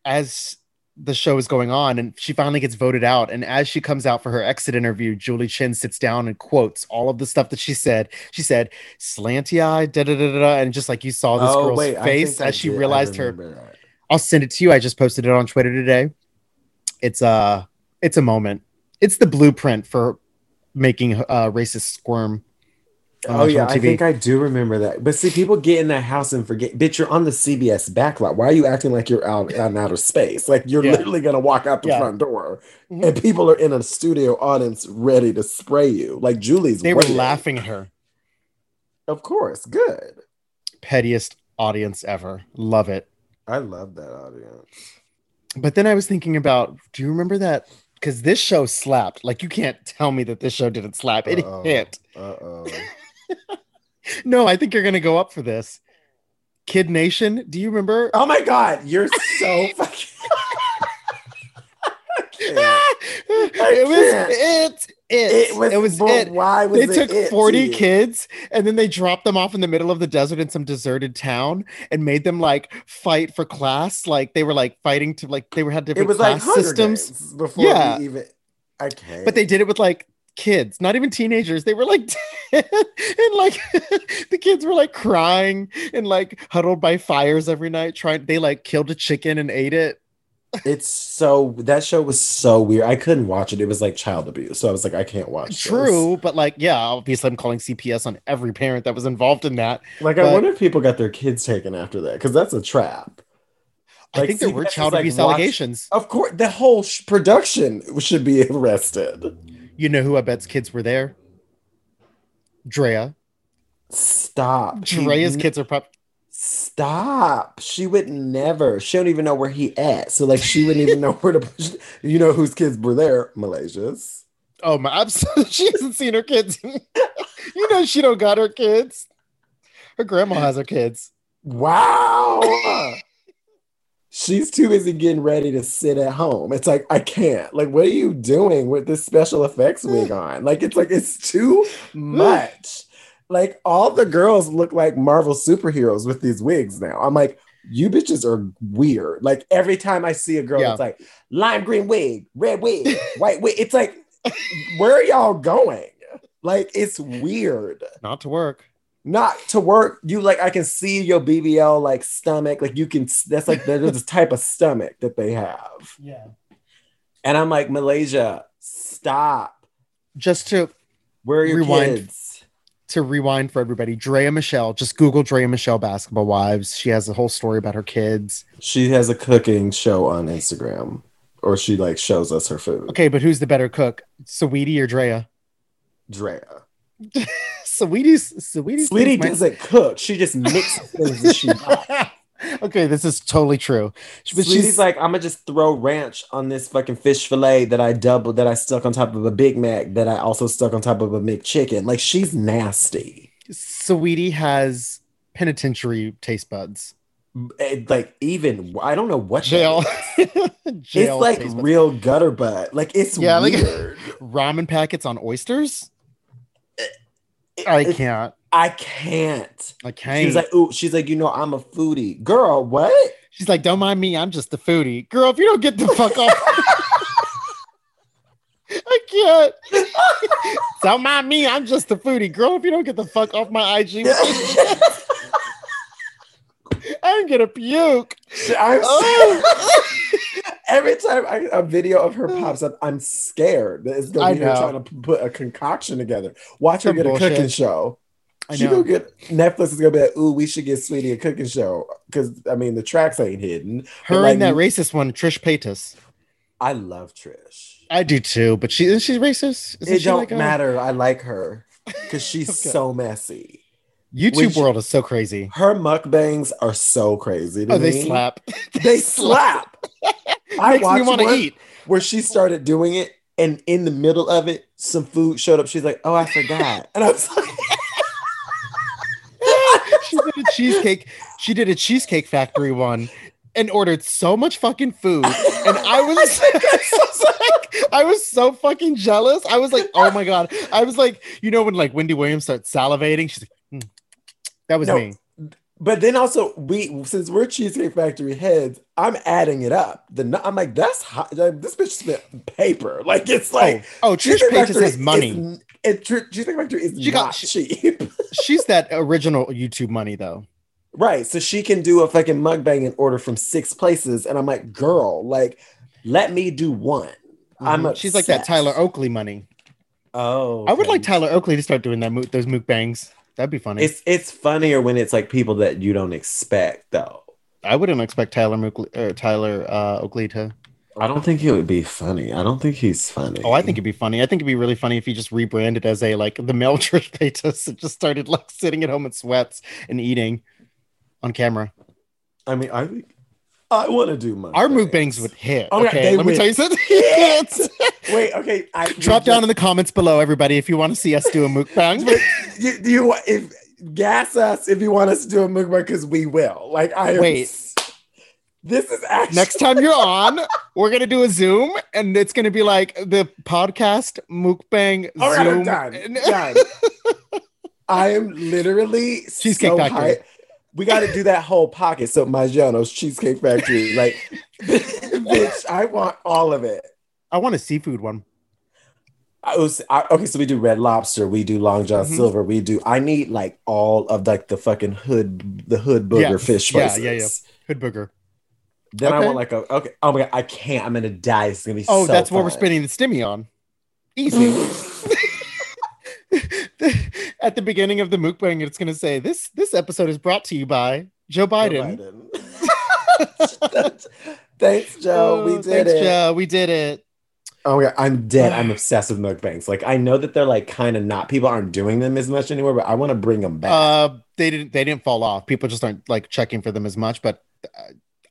Speaker 2: as the show is going on, and she finally gets voted out. And as she comes out for her exit interview, Julie Chin sits down and quotes all of the stuff that she said. She said, "Slanty eye, da da da da," da," and just like you saw this girl's
Speaker 3: Oh, I
Speaker 2: face
Speaker 3: think I
Speaker 2: as she
Speaker 3: did- I
Speaker 2: realized her
Speaker 3: remember that.
Speaker 2: I'll send it to you. I just posted it on Twitter today. It's a it's a moment. It's the blueprint for making uh, racist squirm. on
Speaker 3: oh yeah
Speaker 2: national
Speaker 3: i think i do remember that but see people get in that house and forget bitch you're on the cbs backlot why are you acting like you're out out in outer space like you're
Speaker 2: Yeah.
Speaker 3: literally gonna walk out the
Speaker 2: Yeah.
Speaker 3: front door
Speaker 2: Mhm.
Speaker 3: and people are in a studio audience ready to spray you like julie's
Speaker 2: they were
Speaker 3: waiting.
Speaker 2: laughing at her.
Speaker 3: of course good
Speaker 2: Pettiest audience ever. Love it.
Speaker 3: i love that audience
Speaker 2: But then I was thinking about, do you remember that? Because this show slapped. Like you can't tell me that this show didn't slap. It
Speaker 3: Uh-oh.
Speaker 2: hit.
Speaker 3: uh-oh
Speaker 2: No, I think you're gonna go up for this. Kid Nation. Do you remember?
Speaker 3: oh my god you're so fucking I can't.
Speaker 2: it
Speaker 3: can't.
Speaker 2: was it. It,
Speaker 3: it was,
Speaker 2: it was
Speaker 3: but
Speaker 2: it.
Speaker 3: why was
Speaker 2: they
Speaker 3: it
Speaker 2: took
Speaker 3: it to
Speaker 2: 40
Speaker 3: you?
Speaker 2: kids and then they dropped them off in the middle of the desert in some deserted town and made them like fight for class like they were like fighting to like they were had
Speaker 3: it
Speaker 2: different
Speaker 3: was like
Speaker 2: class
Speaker 3: Hunger
Speaker 2: systems
Speaker 3: Games before
Speaker 2: Yeah.
Speaker 3: we even I can't.
Speaker 2: but they did it with like kids not even teenagers they were like 10. and like the kids were like crying and like huddled by fires every night trying they like killed a chicken and ate it
Speaker 3: it's so that show was so weird. I couldn't watch it. It was like child abuse. So I was like, I can't watch. this.
Speaker 2: true but like yeah obviously i'm calling cps on every parent that was involved in that
Speaker 3: Like
Speaker 2: But-
Speaker 3: I wonder if people got their kids taken after that because that's a trap.
Speaker 2: i
Speaker 3: Like,
Speaker 2: think there were
Speaker 3: CPS is,
Speaker 2: child
Speaker 3: like,
Speaker 2: abuse
Speaker 3: watch-
Speaker 2: allegations
Speaker 3: Of course, the whole sh- production should be arrested.
Speaker 2: You know who I bet's kids were there? Drea.
Speaker 3: Stop. She
Speaker 2: Drea's
Speaker 3: n-
Speaker 2: kids are probably.
Speaker 3: Stop. She would never. She don't even know where he at. So like, she wouldn't even know where to. Push. You know whose kids were there? Malaysia's.
Speaker 2: Oh my! I'm so, she hasn't seen her kids. you know she don't got her kids. Her grandma has her kids.
Speaker 3: Wow. She's too busy getting ready to sit at home. It's like, I can't. Like, what are you doing with this special effects wig on? Like, it's like, it's too much. Like, all the girls look like Marvel superheroes with these wigs now. I'm like, you bitches are weird. Like, every time I see a girl,
Speaker 2: Yeah.
Speaker 3: it's like, lime green wig, red wig, white wig. It's like, where are y'all going? Like, it's weird
Speaker 2: Not to work.
Speaker 3: not to work. You like I can see your BBL like stomach. Like you can that's like the, the type of stomach that they have.
Speaker 2: Yeah.
Speaker 3: And I'm like, Malaysia, stop.
Speaker 2: Just to
Speaker 3: Where are your
Speaker 2: Rewind.
Speaker 3: kids?
Speaker 2: to rewind for everybody, Drea Michelle. Just Google Drea Michelle basketball wives. She has a whole story about her kids.
Speaker 3: She has a cooking show on Instagram. Or she like shows us her food.
Speaker 2: Okay, but who's the better cook, Sweetie or Drea?
Speaker 3: Drea.
Speaker 2: Sweetie's Sweetie's
Speaker 3: Sweetie
Speaker 2: might-
Speaker 3: doesn't cook. She just mixes things that she buys.
Speaker 2: Okay, this is totally true. She- But
Speaker 3: Sweetie's
Speaker 2: she's like,
Speaker 3: like, I'm gonna just throw ranch on this fucking fish fillet that I doubled, that I stuck on top of a Big Mac, that I also stuck on top of a McChicken. Like she's nasty.
Speaker 2: sweetie has penitentiary taste buds.
Speaker 3: It- Eh, like even I don't know what. that
Speaker 2: Jail.
Speaker 3: is.
Speaker 2: Jail
Speaker 3: it's like
Speaker 2: taste buds.
Speaker 3: real gutter butt. Like it's
Speaker 2: Yeah, like-
Speaker 3: weird.
Speaker 2: ramen packets on oysters. I
Speaker 3: It-
Speaker 2: can't.
Speaker 3: I can't.
Speaker 2: I
Speaker 3: She's
Speaker 2: can't.
Speaker 3: like, ooh, she's like, you know, I'm a foodie. Girl, what?
Speaker 2: She's like, don't mind me. I'm just the foodie. Girl, if you don't get the fuck off. I can't. don't mind me. I'm just the foodie. Girl, if you don't get the fuck off my IG, I'm going to puke.
Speaker 3: I'm
Speaker 2: Oh.
Speaker 3: Every time I, a video of her pops up, I'm scared that it's
Speaker 2: I
Speaker 3: gonna be her
Speaker 2: know.
Speaker 3: trying to p- put a concoction together. Watch her
Speaker 2: Some
Speaker 3: get a
Speaker 2: bullshit.
Speaker 3: cooking show.
Speaker 2: I
Speaker 3: she
Speaker 2: know.
Speaker 3: gonna get Netflix is gonna be like, ooh, we should get Sweetie a cooking show because I mean the tracks ain't hidden.
Speaker 2: Her
Speaker 3: like-
Speaker 2: and that racist one, Trish Paytas.
Speaker 3: I love Trish.
Speaker 2: I do too, but she isn't she racist? Isn't
Speaker 3: it
Speaker 2: she
Speaker 3: don't
Speaker 2: like a-
Speaker 3: matter. I like her because she's
Speaker 2: Okay.
Speaker 3: so messy.
Speaker 2: YouTube
Speaker 3: Which-
Speaker 2: world is so crazy.
Speaker 3: Her mukbangs are so crazy. To
Speaker 2: Oh, they
Speaker 3: me.
Speaker 2: slap.
Speaker 3: They slap. I
Speaker 2: Makes me
Speaker 3: watched
Speaker 2: want to
Speaker 3: one
Speaker 2: eat.
Speaker 3: where she started doing it, and in the middle of it, some food showed up. She's like, "Oh, I forgot," and I was like,
Speaker 2: she did a cheesecake. She did a cheesecake factory one and ordered so much fucking food. And I was, I was like, I was so fucking jealous. I was like, oh my god. I was like, you know when like Wendy Williams starts salivating, she's like, "Mm, that was
Speaker 3: No.
Speaker 2: me.
Speaker 3: But then also, we since we're Cheesecake Factory heads, I'm adding it up. The nu- I'm like, that's hot. Like, this bitch spent paper. Like it's like
Speaker 2: oh, oh, Trish
Speaker 3: Cheesecake
Speaker 2: Paytas
Speaker 3: Factory
Speaker 2: has money.
Speaker 3: is- it, Tr- Cheesecake Factory is
Speaker 2: She
Speaker 3: not
Speaker 2: got- she-
Speaker 3: cheap,
Speaker 2: She's that original YouTube money though.
Speaker 3: right? So she can do a fucking mukbang and order from six places, and I'm like, girl, like, let me do one. I'm
Speaker 2: Mhm. she's like that
Speaker 3: obsessed.
Speaker 2: Tyler Oakley money.
Speaker 3: Oh,
Speaker 2: I would
Speaker 3: okay.
Speaker 2: like Tyler Oakley to start doing that mo- those mukbangs. That'd be funny.
Speaker 3: It's it's funnier when it's like people that you don't expect though.
Speaker 2: I wouldn't expect Tyler Mook- or Tyler uh, Oakley to
Speaker 3: I don't think it would be funny. I don't think he's funny.
Speaker 2: Oh, I think it'd be funny. I think it'd be really funny if he just rebranded as a like the male Trish Paytas and just started like sitting at home in sweats and eating on camera.
Speaker 3: I mean, I think I want to do mukbangs.
Speaker 2: Our mukbangs would hit.
Speaker 3: Oh, yeah,
Speaker 2: okay,
Speaker 3: they
Speaker 2: let me
Speaker 3: would
Speaker 2: tell you something.
Speaker 3: hit. Wait, okay. I
Speaker 2: Drop down in the comments below, everybody, if you want to see us do a mukbang.
Speaker 3: you, do you want if gas us if you want us to do a mukbang because we will. Like I am
Speaker 2: Wait.
Speaker 3: s- This is actually
Speaker 2: Next time you're on, we're gonna do a Zoom, and it's gonna be like the podcast mukbang
Speaker 3: All right, I'm
Speaker 2: Zoom.
Speaker 3: Oh, done. Done. I am literally
Speaker 2: Cheesecake
Speaker 3: so
Speaker 2: Factory.
Speaker 3: hyped. We got to do that whole pocket. So Maggiano's Cheesecake Factory, like, bitch, I want all of it.
Speaker 2: I want a seafood one.
Speaker 3: I was I, okay. So we do Red Lobster, we do Long John
Speaker 2: Mhm.
Speaker 3: Silver, we do. I need like all of like the fucking hood, the hood booger
Speaker 2: Yeah.
Speaker 3: fish
Speaker 2: Yeah,
Speaker 3: places.
Speaker 2: yeah, Hood booger.
Speaker 3: Then
Speaker 2: Okay.
Speaker 3: I want like a okay. Oh my god, I can't. I'm gonna die. It's gonna be.
Speaker 2: Oh,
Speaker 3: so
Speaker 2: that's what we're
Speaker 3: fun.
Speaker 2: spending the stimmy on. Easy. At the beginning of the mukbang, it's going to say this this episode is brought to you by Joe Biden.
Speaker 3: Biden. thanks, Joe. we
Speaker 2: Oh,
Speaker 3: did
Speaker 2: thanks,
Speaker 3: it.
Speaker 2: Joe. We did it.
Speaker 3: Oh my god, I'm dead. I'm obsessed with mukbangs. Like I know that they're like kind of not people aren't doing them as much anymore, but I want to bring them back.
Speaker 2: Uh, they didn't they didn't fall off. People just aren't like checking for them as much, but uh,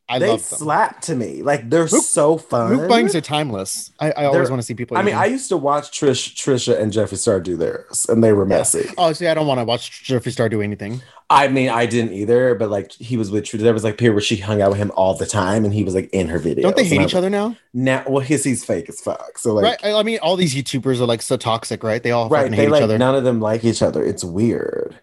Speaker 2: I
Speaker 3: they
Speaker 2: love them.
Speaker 3: slap to me. Like they're
Speaker 2: Muk-
Speaker 3: so fun.
Speaker 2: Mukbangs are timeless. I, I always
Speaker 3: They're-
Speaker 2: want to see people.
Speaker 3: I mean,
Speaker 2: eating.
Speaker 3: I used to watch Trish, Trisha, and Jeffree Star do theirs, and they were messy.
Speaker 2: oh, see, I don't want to watch Jeffree Star do anything.
Speaker 3: I mean, I didn't either, but like he was with Trisha. There was like a period where she hung out with him all the time, and he was like in her videos.
Speaker 2: Don't they hate
Speaker 3: And I-
Speaker 2: each other now?
Speaker 3: Now, well, his he's fake as fuck. So like,
Speaker 2: right? I, I mean, all these YouTubers are like so toxic, right? They all
Speaker 3: right,
Speaker 2: fucking
Speaker 3: they
Speaker 2: hate each
Speaker 3: like
Speaker 2: other.
Speaker 3: none of them like each other. It's weird.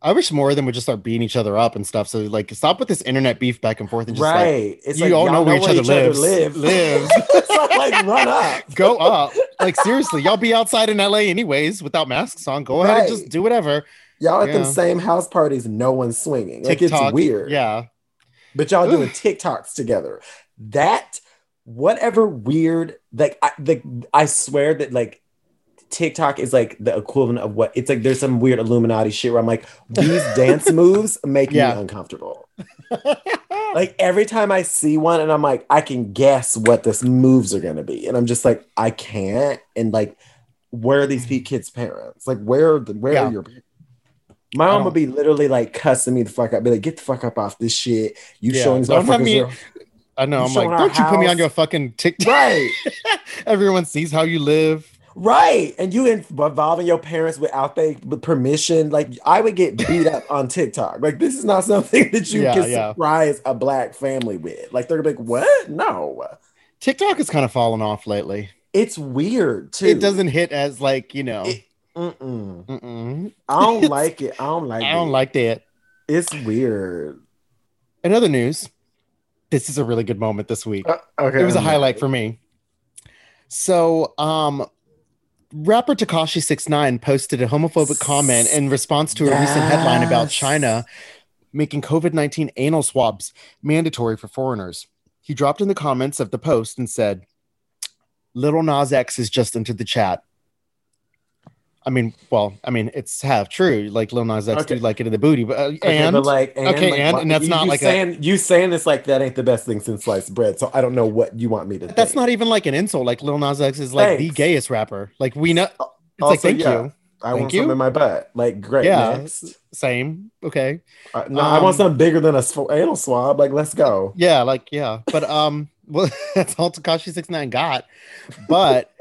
Speaker 2: I wish more of them would just start beating each other up and stuff. So like, stop with this internet beef back and forth and just like
Speaker 3: right. it's
Speaker 2: you
Speaker 3: like
Speaker 2: all
Speaker 3: y'all
Speaker 2: know where each other lives.
Speaker 3: live.
Speaker 2: Lives.
Speaker 3: it's not like run up.
Speaker 2: go up. Like seriously, y'all be outside in LA anyways without masks on. Go ahead and just
Speaker 3: Right.
Speaker 2: do whatever.
Speaker 3: Y'all at them
Speaker 2: Yeah.
Speaker 3: same house parties, no one's swinging. Like
Speaker 2: TikTok,
Speaker 3: it's weird.
Speaker 2: Yeah.
Speaker 3: But y'all doing TikToks together. That whatever weird like I like I swear that like TikTok is like the equivalent of what it's like there's some weird Illuminati shit where I'm like, these dance moves make
Speaker 2: Yeah.
Speaker 3: me uncomfortable. like every time I see one and I'm like, I can guess what this moves are gonna be. And I'm just like, I can't. And like, where are these pe- kids' parents? Like, where are the, where
Speaker 2: Mm-hmm. Yeah.
Speaker 3: are your parents? My
Speaker 2: I
Speaker 3: mom
Speaker 2: don't-
Speaker 3: would be literally like cussing me the fuck out. Be like, get the fuck up off this shit. You
Speaker 2: Yeah,
Speaker 3: showing these
Speaker 2: don't have
Speaker 3: motherfuckers.
Speaker 2: me-
Speaker 3: your-"
Speaker 2: I know.
Speaker 3: You
Speaker 2: I'm like,
Speaker 3: showing our
Speaker 2: don't you put me on
Speaker 3: house?"
Speaker 2: your fucking TikTok.
Speaker 3: Right.
Speaker 2: Everyone sees how you live.
Speaker 3: Right. And you involving your parents without their permission. Like I would get beat up on TikTok. Like this is not something that you
Speaker 2: Yeah,
Speaker 3: can
Speaker 2: yeah.
Speaker 3: surprise a black family with. Like they're gonna be like, what? No.
Speaker 2: TikTok is kind of falling off lately.
Speaker 3: It's weird too.
Speaker 2: It doesn't hit as like you know.
Speaker 3: It- Mm-mm.
Speaker 2: mm-mm.
Speaker 3: I don't like it. I don't like
Speaker 2: I
Speaker 3: it.
Speaker 2: don't like that.
Speaker 3: it's weird.
Speaker 2: In other news, this is a really good moment this week.
Speaker 3: Uh, okay.
Speaker 2: it was a highlight for me. So, um, rapper Takashi 69 posted a homophobic comment in response to a recent headline about
Speaker 3: Yes.
Speaker 2: China making COVID 19 anal swabs mandatory for foreigners. He dropped in the comments of the post and said, Little Nas X has just entered the chat. I mean, well, I mean, it's half true. Like Lil Nas X
Speaker 3: Okay.
Speaker 2: do like it in the booty, but, uh,
Speaker 3: Okay,
Speaker 2: and
Speaker 3: but like, and
Speaker 2: okay,
Speaker 3: like,
Speaker 2: and-
Speaker 3: why-
Speaker 2: and that's
Speaker 3: you-
Speaker 2: not
Speaker 3: you
Speaker 2: like a-
Speaker 3: saying you saying this like that ain't the best thing since sliced bread. So I don't know what you want me to.
Speaker 2: that's
Speaker 3: think.
Speaker 2: not even like an insult. Like Lil Nas X is like the
Speaker 3: Thanks.
Speaker 2: gayest rapper. Like we know, it's like
Speaker 3: Also,
Speaker 2: thank
Speaker 3: yeah.
Speaker 2: you.
Speaker 3: I
Speaker 2: Thank
Speaker 3: want
Speaker 2: you.
Speaker 3: some in my butt. Like, great.
Speaker 2: Yeah.
Speaker 3: Next.
Speaker 2: same okay
Speaker 3: Uh, no, I
Speaker 2: Um,
Speaker 3: want something bigger than a sw- anal swab. Like, let's go.
Speaker 2: yeah like yeah but um well that's all takashi 69 got but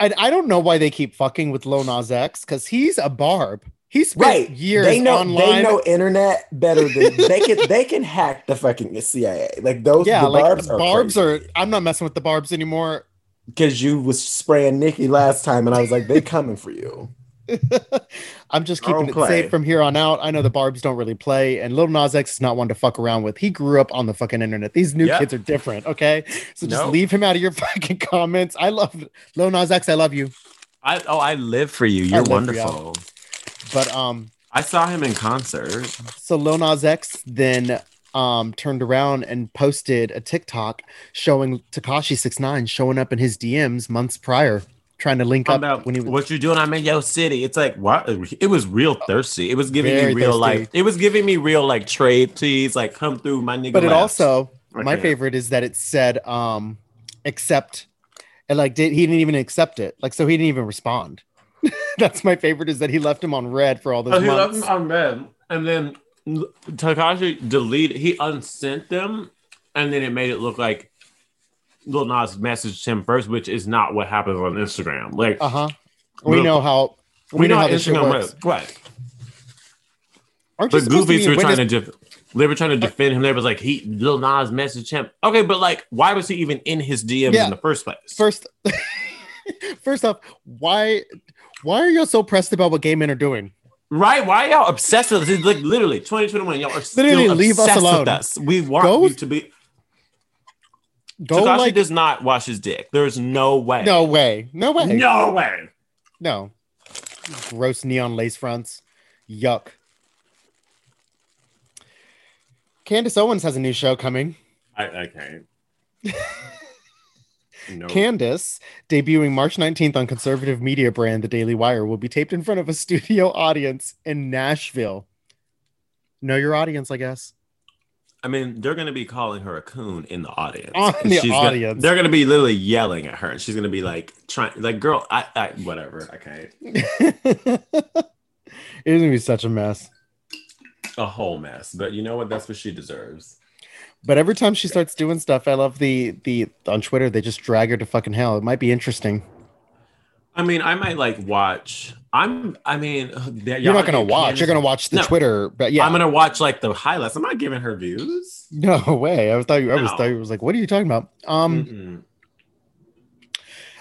Speaker 2: I, I don't know why they keep fucking with Lil Nas X because he's a barb. He spent
Speaker 3: Right.
Speaker 2: years
Speaker 3: they know
Speaker 2: online.
Speaker 3: they know internet better than they can. They can hack the fucking CIA. Like those.
Speaker 2: yeah,
Speaker 3: the
Speaker 2: like
Speaker 3: barbs are
Speaker 2: barbs are. I'm not messing with the barbs anymore.
Speaker 3: because you was spraying Nikki last time, and I was like, they coming for you.
Speaker 2: I'm just
Speaker 3: I don't
Speaker 2: keeping it
Speaker 3: play.
Speaker 2: safe from here on out. I know the barbs don't really play, and Lil Nas X is not one to fuck around with. He grew up on the fucking internet. These new
Speaker 3: Yeah.
Speaker 2: kids are different, okay? So just
Speaker 4: No.
Speaker 2: leave him out of your fucking comments. I love Lil Nas X. I love you,
Speaker 4: I oh, I live for you. You're
Speaker 2: live for you.
Speaker 4: wonderful.
Speaker 2: but um,
Speaker 4: I saw him in concert.
Speaker 2: So Lil Nas X then um, turned around and posted a TikTok showing Takashi 69 showing up in his DMs months prior, trying to link
Speaker 4: Talking
Speaker 2: up
Speaker 4: about
Speaker 2: when he was.
Speaker 4: what you doing? I'm in your city. It's like what? It was real thirsty. It was giving
Speaker 2: Very
Speaker 4: me real
Speaker 2: thirsty.
Speaker 4: like. It was giving me real like trade teas. Like come through, my nigga.
Speaker 2: But it
Speaker 4: laps.
Speaker 2: also, my
Speaker 4: Okay.
Speaker 2: favorite is that it said um, accept, and like did, he didn't even accept it, like so he didn't even respond. That's my favorite is that he left him on red for all those
Speaker 4: Oh, he left
Speaker 2: months.
Speaker 4: them on red, and then Takashi deleted. He unsent them, and then it made it look like Lil Nas messaged him first, which is not what happens on Instagram. Like
Speaker 2: Uh huh. We
Speaker 4: Look,
Speaker 2: know how. We, know, how this shit
Speaker 4: Instagram
Speaker 2: works.
Speaker 4: works. What?
Speaker 2: Aren't you
Speaker 4: But
Speaker 2: supposed to be
Speaker 4: Goofies
Speaker 2: in
Speaker 4: were
Speaker 2: Windows-
Speaker 4: trying to def- they were trying to defend him. They was like, he Lil Nas messaged him. Okay, but like, why was he even in his DMs
Speaker 2: Yeah.
Speaker 4: in the first place?
Speaker 2: first first off why why are y'all so pressed about what gay men are doing
Speaker 4: right? Why y'all obsessed with this? Like literally, 2021, y'all are
Speaker 2: Literally,
Speaker 4: still
Speaker 2: leave us
Speaker 4: obsessed
Speaker 2: alone.
Speaker 4: With us. We want
Speaker 2: Go-
Speaker 4: you to be.
Speaker 2: go
Speaker 4: Takashi
Speaker 2: like
Speaker 4: does not wash his dick. There's no way.
Speaker 2: no way no way
Speaker 4: No way.
Speaker 2: No. gross neon lace fronts yuck candace owens has a new show coming
Speaker 4: I, I can't. No.
Speaker 2: candace debuting march 19th on conservative media brand the daily wire will be taped in front of a studio audience in nashville know your audience i guess
Speaker 4: I mean, they're going to be calling her a coon in the audience.
Speaker 2: On
Speaker 4: And
Speaker 2: the
Speaker 4: gonna-
Speaker 2: audience.
Speaker 4: they're going to be literally yelling at her. And she's going to be like, trying, like, girl, I, I, whatever. I can't.
Speaker 2: it's gonna be such a mess
Speaker 4: A whole mess. But you know what? That's what she deserves.
Speaker 2: But every time she starts doing stuff, I love the the on Twitter they just drag her to fucking hell. It might be interesting.
Speaker 4: I mean, I might like watch. I'm, I mean, you're
Speaker 2: You're not gonna watch. You're gonna watch the
Speaker 4: No.
Speaker 2: Twitter. But yeah,
Speaker 4: I'm going to watch like the highlights. I'm not giving her views.
Speaker 2: no way. I thought you. I was
Speaker 4: No.
Speaker 2: thought you was like, what are you talking about? Um,
Speaker 4: Mm-mm.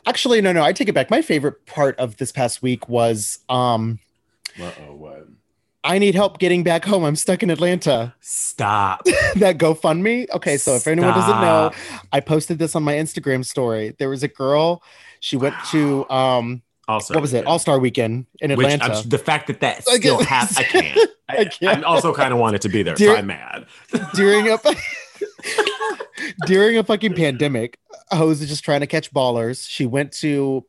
Speaker 2: actually, no, no. I take it back. My favorite part of this past week was um,
Speaker 4: Mm-hmm. Uh-oh, what?
Speaker 2: I need help getting back home. I'm stuck in Atlanta.
Speaker 4: Stop.
Speaker 2: that GoFundMe. Okay, so if anyone doesn't know,
Speaker 4: Stop.
Speaker 2: I posted this on my Instagram story. There was a girl. She went to um,
Speaker 4: Also,
Speaker 2: what was it? All Star Weekend in Atlanta.
Speaker 4: Which I'm, the fact that that
Speaker 2: I
Speaker 4: still
Speaker 2: can't-
Speaker 4: happens, I can't. I,
Speaker 2: I can't.
Speaker 4: I also kind of wanted to be there,
Speaker 2: Dear-
Speaker 4: so I'm mad.
Speaker 2: during a during a fucking pandemic, hoes is just trying to catch ballers. She went to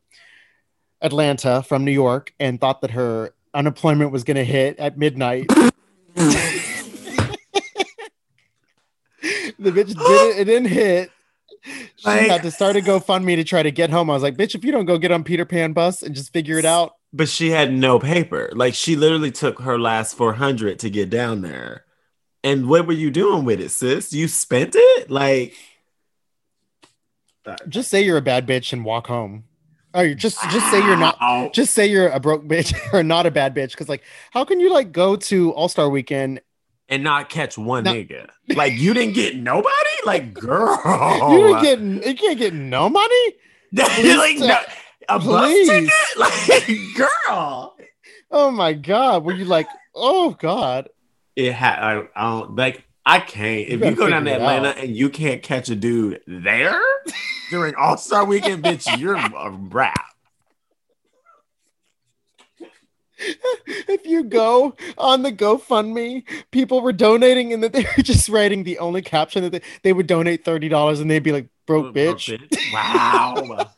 Speaker 2: Atlanta from New York and thought that her unemployment was going to hit at midnight. the bitch did it. It didn't hit. She
Speaker 4: Like-
Speaker 2: had to start a GoFundMe to try to get home. I was like, bitch, if you don't go get on Peter Pan bus and just figure it out,
Speaker 4: But she had no paper. Like she literally took her last 400 to get down there. And what were you doing with it, sis? You spent it? Like
Speaker 2: Just say you're a bad bitch and walk home. Or you just just say you're not
Speaker 4: Ow.
Speaker 2: just say you're a broke bitch or not a bad bitch. Cause like how can you like go to All Star Weekend?
Speaker 4: and not catch one
Speaker 2: No.
Speaker 4: nigga. Like you didn't get nobody? Like girl.
Speaker 2: you didn't get you can't get no money?
Speaker 4: like no, a
Speaker 2: Please.
Speaker 4: bus ticket? Like girl.
Speaker 2: Oh my god. Were you like, oh god.
Speaker 4: It had I, don't- I don't like I can't.
Speaker 2: You
Speaker 4: If
Speaker 2: gotta
Speaker 4: you go down to
Speaker 2: figure it out.
Speaker 4: Atlanta and you can't catch a dude there during All Star Weekend, bitch, you're a rap.
Speaker 2: if you go on the GoFundMe, people were donating and that they were just writing the only caption that they, they would donate thirty dollars and they'd be like broke bitch.
Speaker 4: Wow.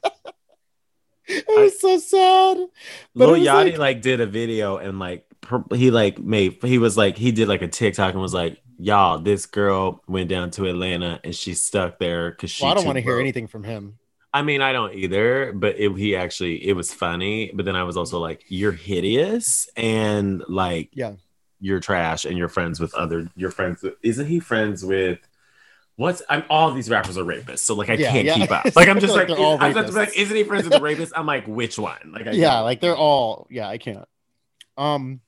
Speaker 2: It was so sad. But it
Speaker 4: Lil
Speaker 2: was
Speaker 4: Yachty
Speaker 2: like-
Speaker 4: like, did a video and like pr- he like made he was like he did like a TikTok and was like, y'all, this girl went down to Atlanta and she's stuck there because she.
Speaker 2: Well, I don't
Speaker 4: too
Speaker 2: want to hear
Speaker 4: broke."
Speaker 2: anything from him.
Speaker 4: I mean, I don't either, but it, he actually it was funny. But then I was also like, "You're hideous," and like,
Speaker 2: Yeah.
Speaker 4: you're trash, and you're friends with other. You're friends. With, isn't he friends with? What's I'm all these rappers are rapists, so like I
Speaker 2: Yeah,
Speaker 4: can't
Speaker 2: yeah.
Speaker 4: keep up. Like I'm just
Speaker 2: Like,
Speaker 4: like,
Speaker 2: they're all
Speaker 4: I'm just
Speaker 2: rapists.
Speaker 4: like, isn't he friends with the rapist? I'm like, which one? Like I
Speaker 2: yeah,
Speaker 4: can't.
Speaker 2: like they're all yeah, I can't. Um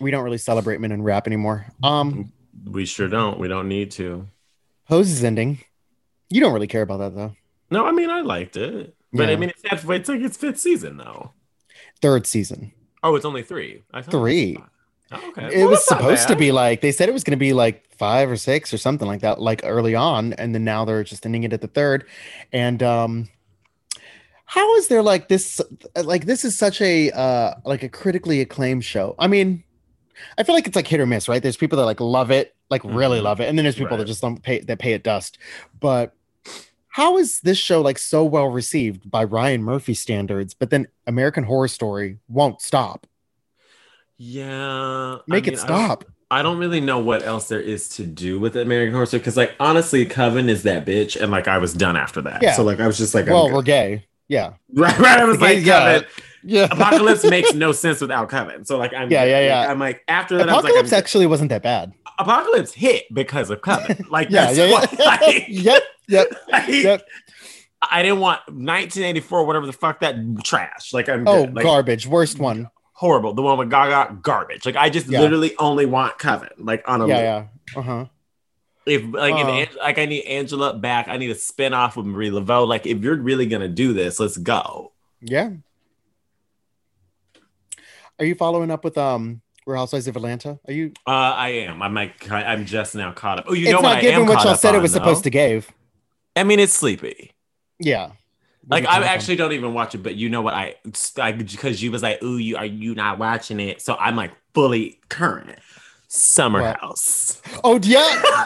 Speaker 2: we don't really celebrate men in rap anymore. Um
Speaker 4: we sure don't. We don't need to.
Speaker 2: Pose is ending. You don't really care about that though.
Speaker 4: No, I mean I liked it, but
Speaker 2: Yeah.
Speaker 4: I mean it's half- it's like its fifth season though.
Speaker 2: Third season.
Speaker 4: Oh, it's only three. I thought it was
Speaker 2: Three.
Speaker 4: five. Oh, okay,
Speaker 2: It
Speaker 4: Well,
Speaker 2: was
Speaker 4: that's not
Speaker 2: supposed to
Speaker 4: bad.
Speaker 2: be like they said it was going to be like five or six or something like that, like early on, and then now they're just ending it at the third. And um, how is there like this? Like this is such a uh, like a critically acclaimed show. I mean, I feel like it's like hit or miss, right? There's people that like love it, like really
Speaker 4: Mhm.
Speaker 2: love it, and then there's people that
Speaker 4: Right.
Speaker 2: just don't pay that pay it dust. But how is this show like so well received by Ryan Murphy standards, but then American Horror Story won't stop?
Speaker 4: Yeah, I
Speaker 2: Make
Speaker 4: mean,
Speaker 2: it
Speaker 4: I don't-
Speaker 2: stop.
Speaker 4: I don't really know what else there is to do with American Horror Story because, like, honestly, Coven is that bitch, and like I was done after that.
Speaker 2: Yeah.
Speaker 4: So like I was just like, I'm
Speaker 2: well,
Speaker 4: good.
Speaker 2: we're gay. Yeah.
Speaker 4: right, right. I was like,
Speaker 2: Yeah.
Speaker 4: Coven.
Speaker 2: Yeah.
Speaker 4: Apocalypse makes no sense without Coven. So like I'm
Speaker 2: Yeah,
Speaker 4: good.
Speaker 2: yeah,
Speaker 4: Like,
Speaker 2: yeah.
Speaker 4: I'm like after that, I was
Speaker 2: Apocalypse
Speaker 4: like, I'm good.
Speaker 2: actually wasn't that bad.
Speaker 4: Apocalypse hit because of Coven. Like
Speaker 2: Yeah,
Speaker 4: that's
Speaker 2: yeah, yeah.
Speaker 4: why, like,
Speaker 2: yep, yep.
Speaker 4: like,
Speaker 2: Yep.
Speaker 4: I didn't want 1984, whatever the fuck that trash. Like I'm
Speaker 2: Oh,
Speaker 4: good. Like,
Speaker 2: garbage. Worst one.
Speaker 4: horrible. The one with Gaga garbage. Like I just
Speaker 2: Yeah.
Speaker 4: literally only want Coven. Like on a
Speaker 2: Yeah, yeah. Uh huh.
Speaker 4: If like
Speaker 2: Uh.
Speaker 4: if Ang- like I need Angela back, I need a spin off with Marie Laveau. Like if you're really gonna do this, let's go.
Speaker 2: Yeah. Are you following up with um Real Housewives of Atlanta? Are you?
Speaker 4: Uh, I am. I'm like I'm just now caught up. Oh, you
Speaker 2: it's
Speaker 4: know what?
Speaker 2: not
Speaker 4: I
Speaker 2: giving
Speaker 4: am
Speaker 2: what
Speaker 4: caught
Speaker 2: y'all
Speaker 4: up
Speaker 2: said it
Speaker 4: on,
Speaker 2: was
Speaker 4: though?
Speaker 2: supposed to give.
Speaker 4: I mean, it's sleepy.
Speaker 2: Yeah.
Speaker 4: Like
Speaker 2: What are you
Speaker 4: I
Speaker 2: talking about?
Speaker 4: actually don't even watch it, but you know what? I because you was like, "Ooh, you are you not watching it?" So I'm like fully current. Summer
Speaker 2: What?
Speaker 4: House.
Speaker 2: Oh yeah.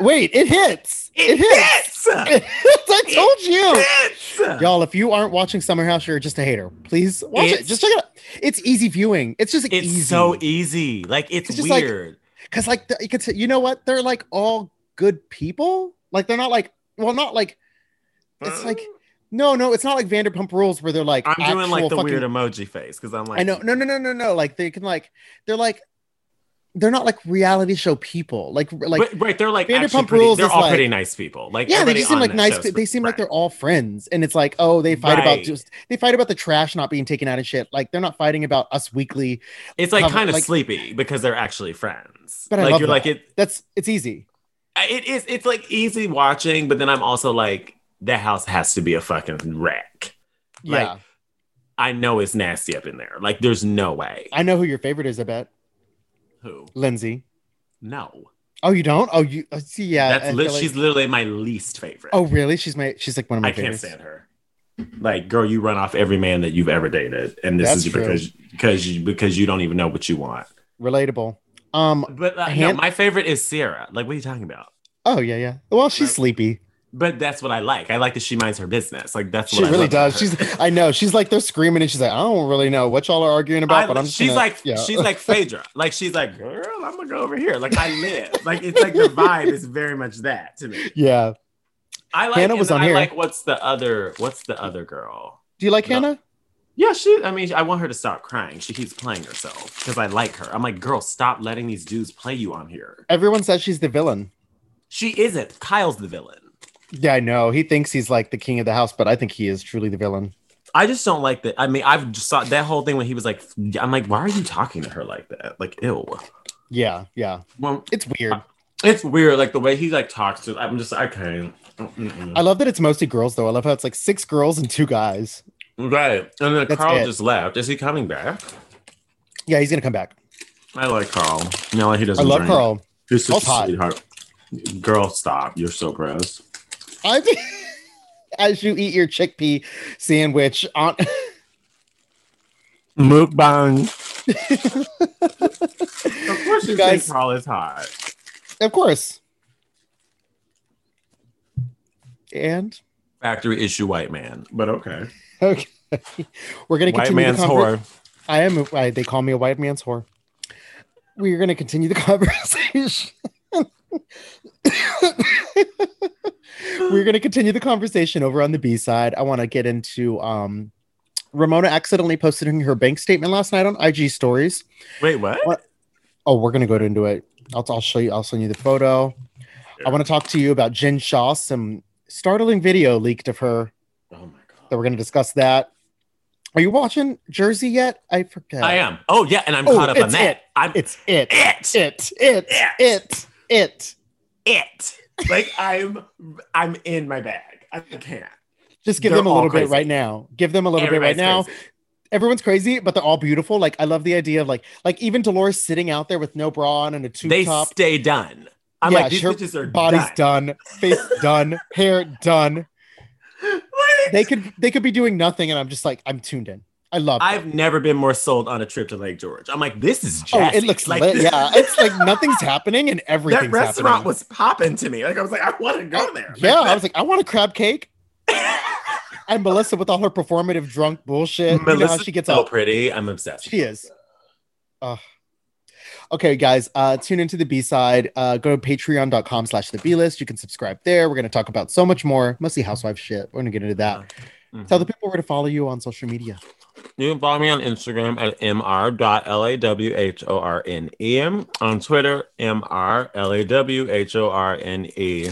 Speaker 2: Wait, it hits. It, hits.
Speaker 4: It
Speaker 2: It hits. I told you.
Speaker 4: hits.
Speaker 2: Y'all, if you aren't watching Summer House, you're just a hater. Please watch it.
Speaker 4: It's-
Speaker 2: Just check it out. It's easy viewing. It's just
Speaker 4: It's
Speaker 2: easy.
Speaker 4: so e- easy. Like it's,
Speaker 2: It's just like-
Speaker 4: weird.
Speaker 2: because like the, you could say, you know what they're like all good people like they're not like well not like it's like no no it's not like vanderpump rules where they're like
Speaker 4: I'm doing like
Speaker 2: actual
Speaker 4: the
Speaker 2: fucking-
Speaker 4: weird emoji face because I'm like
Speaker 2: i know no no no no no like they can like they're like they're not like reality show people like like
Speaker 4: But- right, they're like actually
Speaker 2: Vanderpump
Speaker 4: pretty,
Speaker 2: Rules
Speaker 4: They're
Speaker 2: is
Speaker 4: all
Speaker 2: like-
Speaker 4: pretty nice people. Like
Speaker 2: yeah they
Speaker 4: everybody
Speaker 2: just seem
Speaker 4: on
Speaker 2: like
Speaker 4: that
Speaker 2: nice
Speaker 4: show's
Speaker 2: pe- they
Speaker 4: pretty-
Speaker 2: seem like
Speaker 4: right.
Speaker 2: they're all friends and it's like oh they fight about
Speaker 4: Right.
Speaker 2: just they fight about the trash not being taken out and shit like they're not fighting about us weekly
Speaker 4: It's like
Speaker 2: covered-
Speaker 4: kind of
Speaker 2: like-
Speaker 4: sleepy because they're actually friends.
Speaker 2: But I
Speaker 4: like
Speaker 2: love
Speaker 4: you're like
Speaker 2: that.
Speaker 4: it.
Speaker 2: that's it's easy
Speaker 4: It is. It's like easy watching, but then I'm also like that house has to be a fucking wreck. Like,
Speaker 2: yeah
Speaker 4: I know it's nasty up in there. Like there's no way.
Speaker 2: i know who your favorite is i bet
Speaker 4: Who?
Speaker 2: lindsay
Speaker 4: No.
Speaker 2: oh you don't oh you uh, see yeah I
Speaker 4: That's
Speaker 2: feel
Speaker 4: li-
Speaker 2: like-
Speaker 4: she's literally my least favorite.
Speaker 2: Oh, really? She's my. She's like one of my
Speaker 4: I can't
Speaker 2: favorites.
Speaker 4: stand her. Like, girl, you run off every man that you've ever dated, and this
Speaker 2: That's
Speaker 4: is
Speaker 2: true.
Speaker 4: because because you, because you don't even know what you want.
Speaker 2: Relatable. Um.
Speaker 4: But uh, no,
Speaker 2: Hand-
Speaker 4: my favorite is Sierra. Like, what are you talking about?
Speaker 2: Oh yeah, yeah. Well, she's
Speaker 4: Right.
Speaker 2: sleepy.
Speaker 4: But that's what I like. I like that she minds her business. Like that's what
Speaker 2: She
Speaker 4: I
Speaker 2: really
Speaker 4: love about
Speaker 2: does.
Speaker 4: her.
Speaker 2: She's. I know. She's like they're screaming and she's like, I don't really know what y'all are arguing about,
Speaker 4: I-
Speaker 2: but I'm. Just
Speaker 4: she's
Speaker 2: gonna-
Speaker 4: like
Speaker 2: yeah.
Speaker 4: she's like Phaedra. Like she's like, girl, I'm gonna go over here. Like I live. like it's like the vibe is very much that to me.
Speaker 2: yeah.
Speaker 4: I like
Speaker 2: Hannah
Speaker 4: and
Speaker 2: was
Speaker 4: then
Speaker 2: on
Speaker 4: I
Speaker 2: here.
Speaker 4: like what's the other what's the other girl?
Speaker 2: Do you like
Speaker 4: No.
Speaker 2: Hannah?
Speaker 4: Yeah, she. I mean, I want her to stop crying. She keeps playing herself because I like her. I'm like, girl, stop letting these dudes play you on here.
Speaker 2: Everyone says she's the villain.
Speaker 4: She isn't. Kyle's the villain.
Speaker 2: Yeah, I know. He thinks he's like the king of the house, but I think he is truly the villain.
Speaker 4: I just don't like that. I mean, I've just saw that whole thing when he was like, I'm like, why are you talking to her like that? Like, ew.
Speaker 2: Yeah, yeah.
Speaker 4: Well,
Speaker 2: It's weird.
Speaker 4: it's weird. Like the way he like talks to. I'm just I can't. Mm-mm.
Speaker 2: I love that it's mostly girls though. I love how it's like six girls and two guys.
Speaker 4: Right, and then
Speaker 2: That's
Speaker 4: Carl
Speaker 2: it.
Speaker 4: just left. Is he coming back?
Speaker 2: Yeah, he's gonna come back.
Speaker 4: I like Carl. No, he
Speaker 2: I
Speaker 4: doesn't.
Speaker 2: love
Speaker 4: drink.
Speaker 2: Carl.
Speaker 4: He's
Speaker 2: Carl's
Speaker 4: such a
Speaker 2: hot.
Speaker 4: sweetheart. Girl, stop. You're so gross.
Speaker 2: I as you eat your chickpea sandwich on
Speaker 4: Mukbang. of course, you
Speaker 2: Guys-
Speaker 4: guys. Think Carl is hot.
Speaker 2: of course. And
Speaker 4: Factory issue white man, but okay.
Speaker 2: okay. We're gonna
Speaker 4: White
Speaker 2: continue
Speaker 4: man's
Speaker 2: the conver-
Speaker 4: whore.
Speaker 2: I am a- I, they call me a white man's whore. We're gonna continue the conversation. We're gonna continue the conversation over on the B side. I want to get into um Ramona accidentally posted in her bank statement last night on IG stories.
Speaker 4: Wait, what?
Speaker 2: What? Oh, we're gonna go into it. I'll, I'll show you. I'll send you the photo. I
Speaker 4: Yeah.
Speaker 2: want to talk to you about Jen Shaw. Some startling video leaked of her
Speaker 4: Oh my
Speaker 2: that
Speaker 4: god.
Speaker 2: we're gonna discuss. That are you watching Jersey yet? I forget.
Speaker 4: I am. Oh yeah, and I'm
Speaker 2: Oh,
Speaker 4: caught up on
Speaker 2: it's
Speaker 4: that.
Speaker 2: it.
Speaker 4: I'm
Speaker 2: It's it.
Speaker 4: it.
Speaker 2: It. It.
Speaker 4: Yes.
Speaker 2: It. It.
Speaker 4: It. Like I'm. I'm in my bag. I can't.
Speaker 2: Just give
Speaker 4: They're
Speaker 2: them a
Speaker 4: all
Speaker 2: little bit
Speaker 4: crazy.
Speaker 2: right now. Give them a little
Speaker 4: Everybody's
Speaker 2: bit right now.
Speaker 4: crazy.
Speaker 2: Everyone's crazy, but they're all beautiful. Like I love the idea of like like even Dolores sitting out there with no bra on and a tube
Speaker 4: They
Speaker 2: top.
Speaker 4: stay done. I'm
Speaker 2: Yeah,
Speaker 4: like these
Speaker 2: her
Speaker 4: bitches are
Speaker 2: Body's
Speaker 4: done.
Speaker 2: done. Face done. Hair done.
Speaker 4: Like,
Speaker 2: they could they could be doing nothing and i'm just like i'm tuned in i love it.
Speaker 4: I've never been more sold on a trip to Lake George. I'm like, this is
Speaker 2: oh
Speaker 4: jazzy.
Speaker 2: it looks
Speaker 4: like
Speaker 2: lit
Speaker 4: this-
Speaker 2: yeah it's like nothing's happening and everything's
Speaker 4: that restaurant
Speaker 2: happening.
Speaker 4: was popping to me. Like I was like, I want to go there.
Speaker 2: yeah i was like i want a crab cake and melissa with all her performative drunk bullshit you know how she gets
Speaker 4: so
Speaker 2: all
Speaker 4: pretty. I'm obsessed.
Speaker 2: she is Ugh. okay guys uh tune into the b-side uh go to patreon.com slash the b-list you can subscribe there we're going to talk about so much more mostly housewife shit we're going to get into that
Speaker 4: Mhm.
Speaker 2: tell the people where to follow you on social media
Speaker 4: You can follow me on Instagram at mr.lawhorne. E. On Twitter, mrlawhorne. E.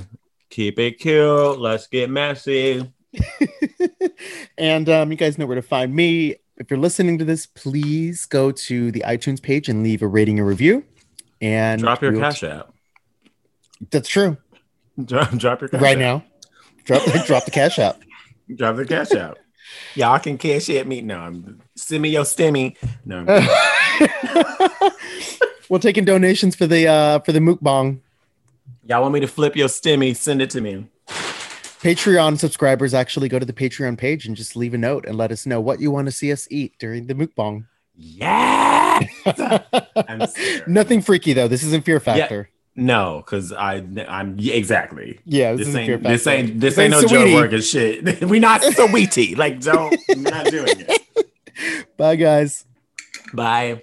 Speaker 4: Keep it cute. Let's get messy.
Speaker 2: and um, you guys know where to find me. If you're listening to this, please go to the iTunes page and leave a rating and review. And
Speaker 4: Drop your
Speaker 2: we'll-
Speaker 4: cash app.
Speaker 2: That's true.
Speaker 4: Drop, drop your cash
Speaker 2: Right now,
Speaker 4: app.
Speaker 2: drop drop the cash app.
Speaker 4: Drop the cash app. Y'all can cash at me. No, I'm send me your stimmy. No, I'm-
Speaker 2: We're taking donations for the uh, for the mukbang.
Speaker 4: y'all want me to flip your stimmy? Send it to me.
Speaker 2: Patreon subscribers actually go to the Patreon page and just leave a note and let us know what you want to see us eat during the mukbang.
Speaker 4: Yeah. I'm scared.
Speaker 2: Nothing freaky though. This isn't Fear Factor.
Speaker 4: No, because I I'm yeah, exactly.
Speaker 2: Yeah, this,
Speaker 4: This
Speaker 2: isn't Fear
Speaker 4: ain't
Speaker 2: Factor.
Speaker 4: this ain't this ain't no
Speaker 2: sweetie.
Speaker 4: Joe Rogan shit. we not so sweetie. Like don't we're not doing it.
Speaker 2: Bye guys.
Speaker 4: Bye.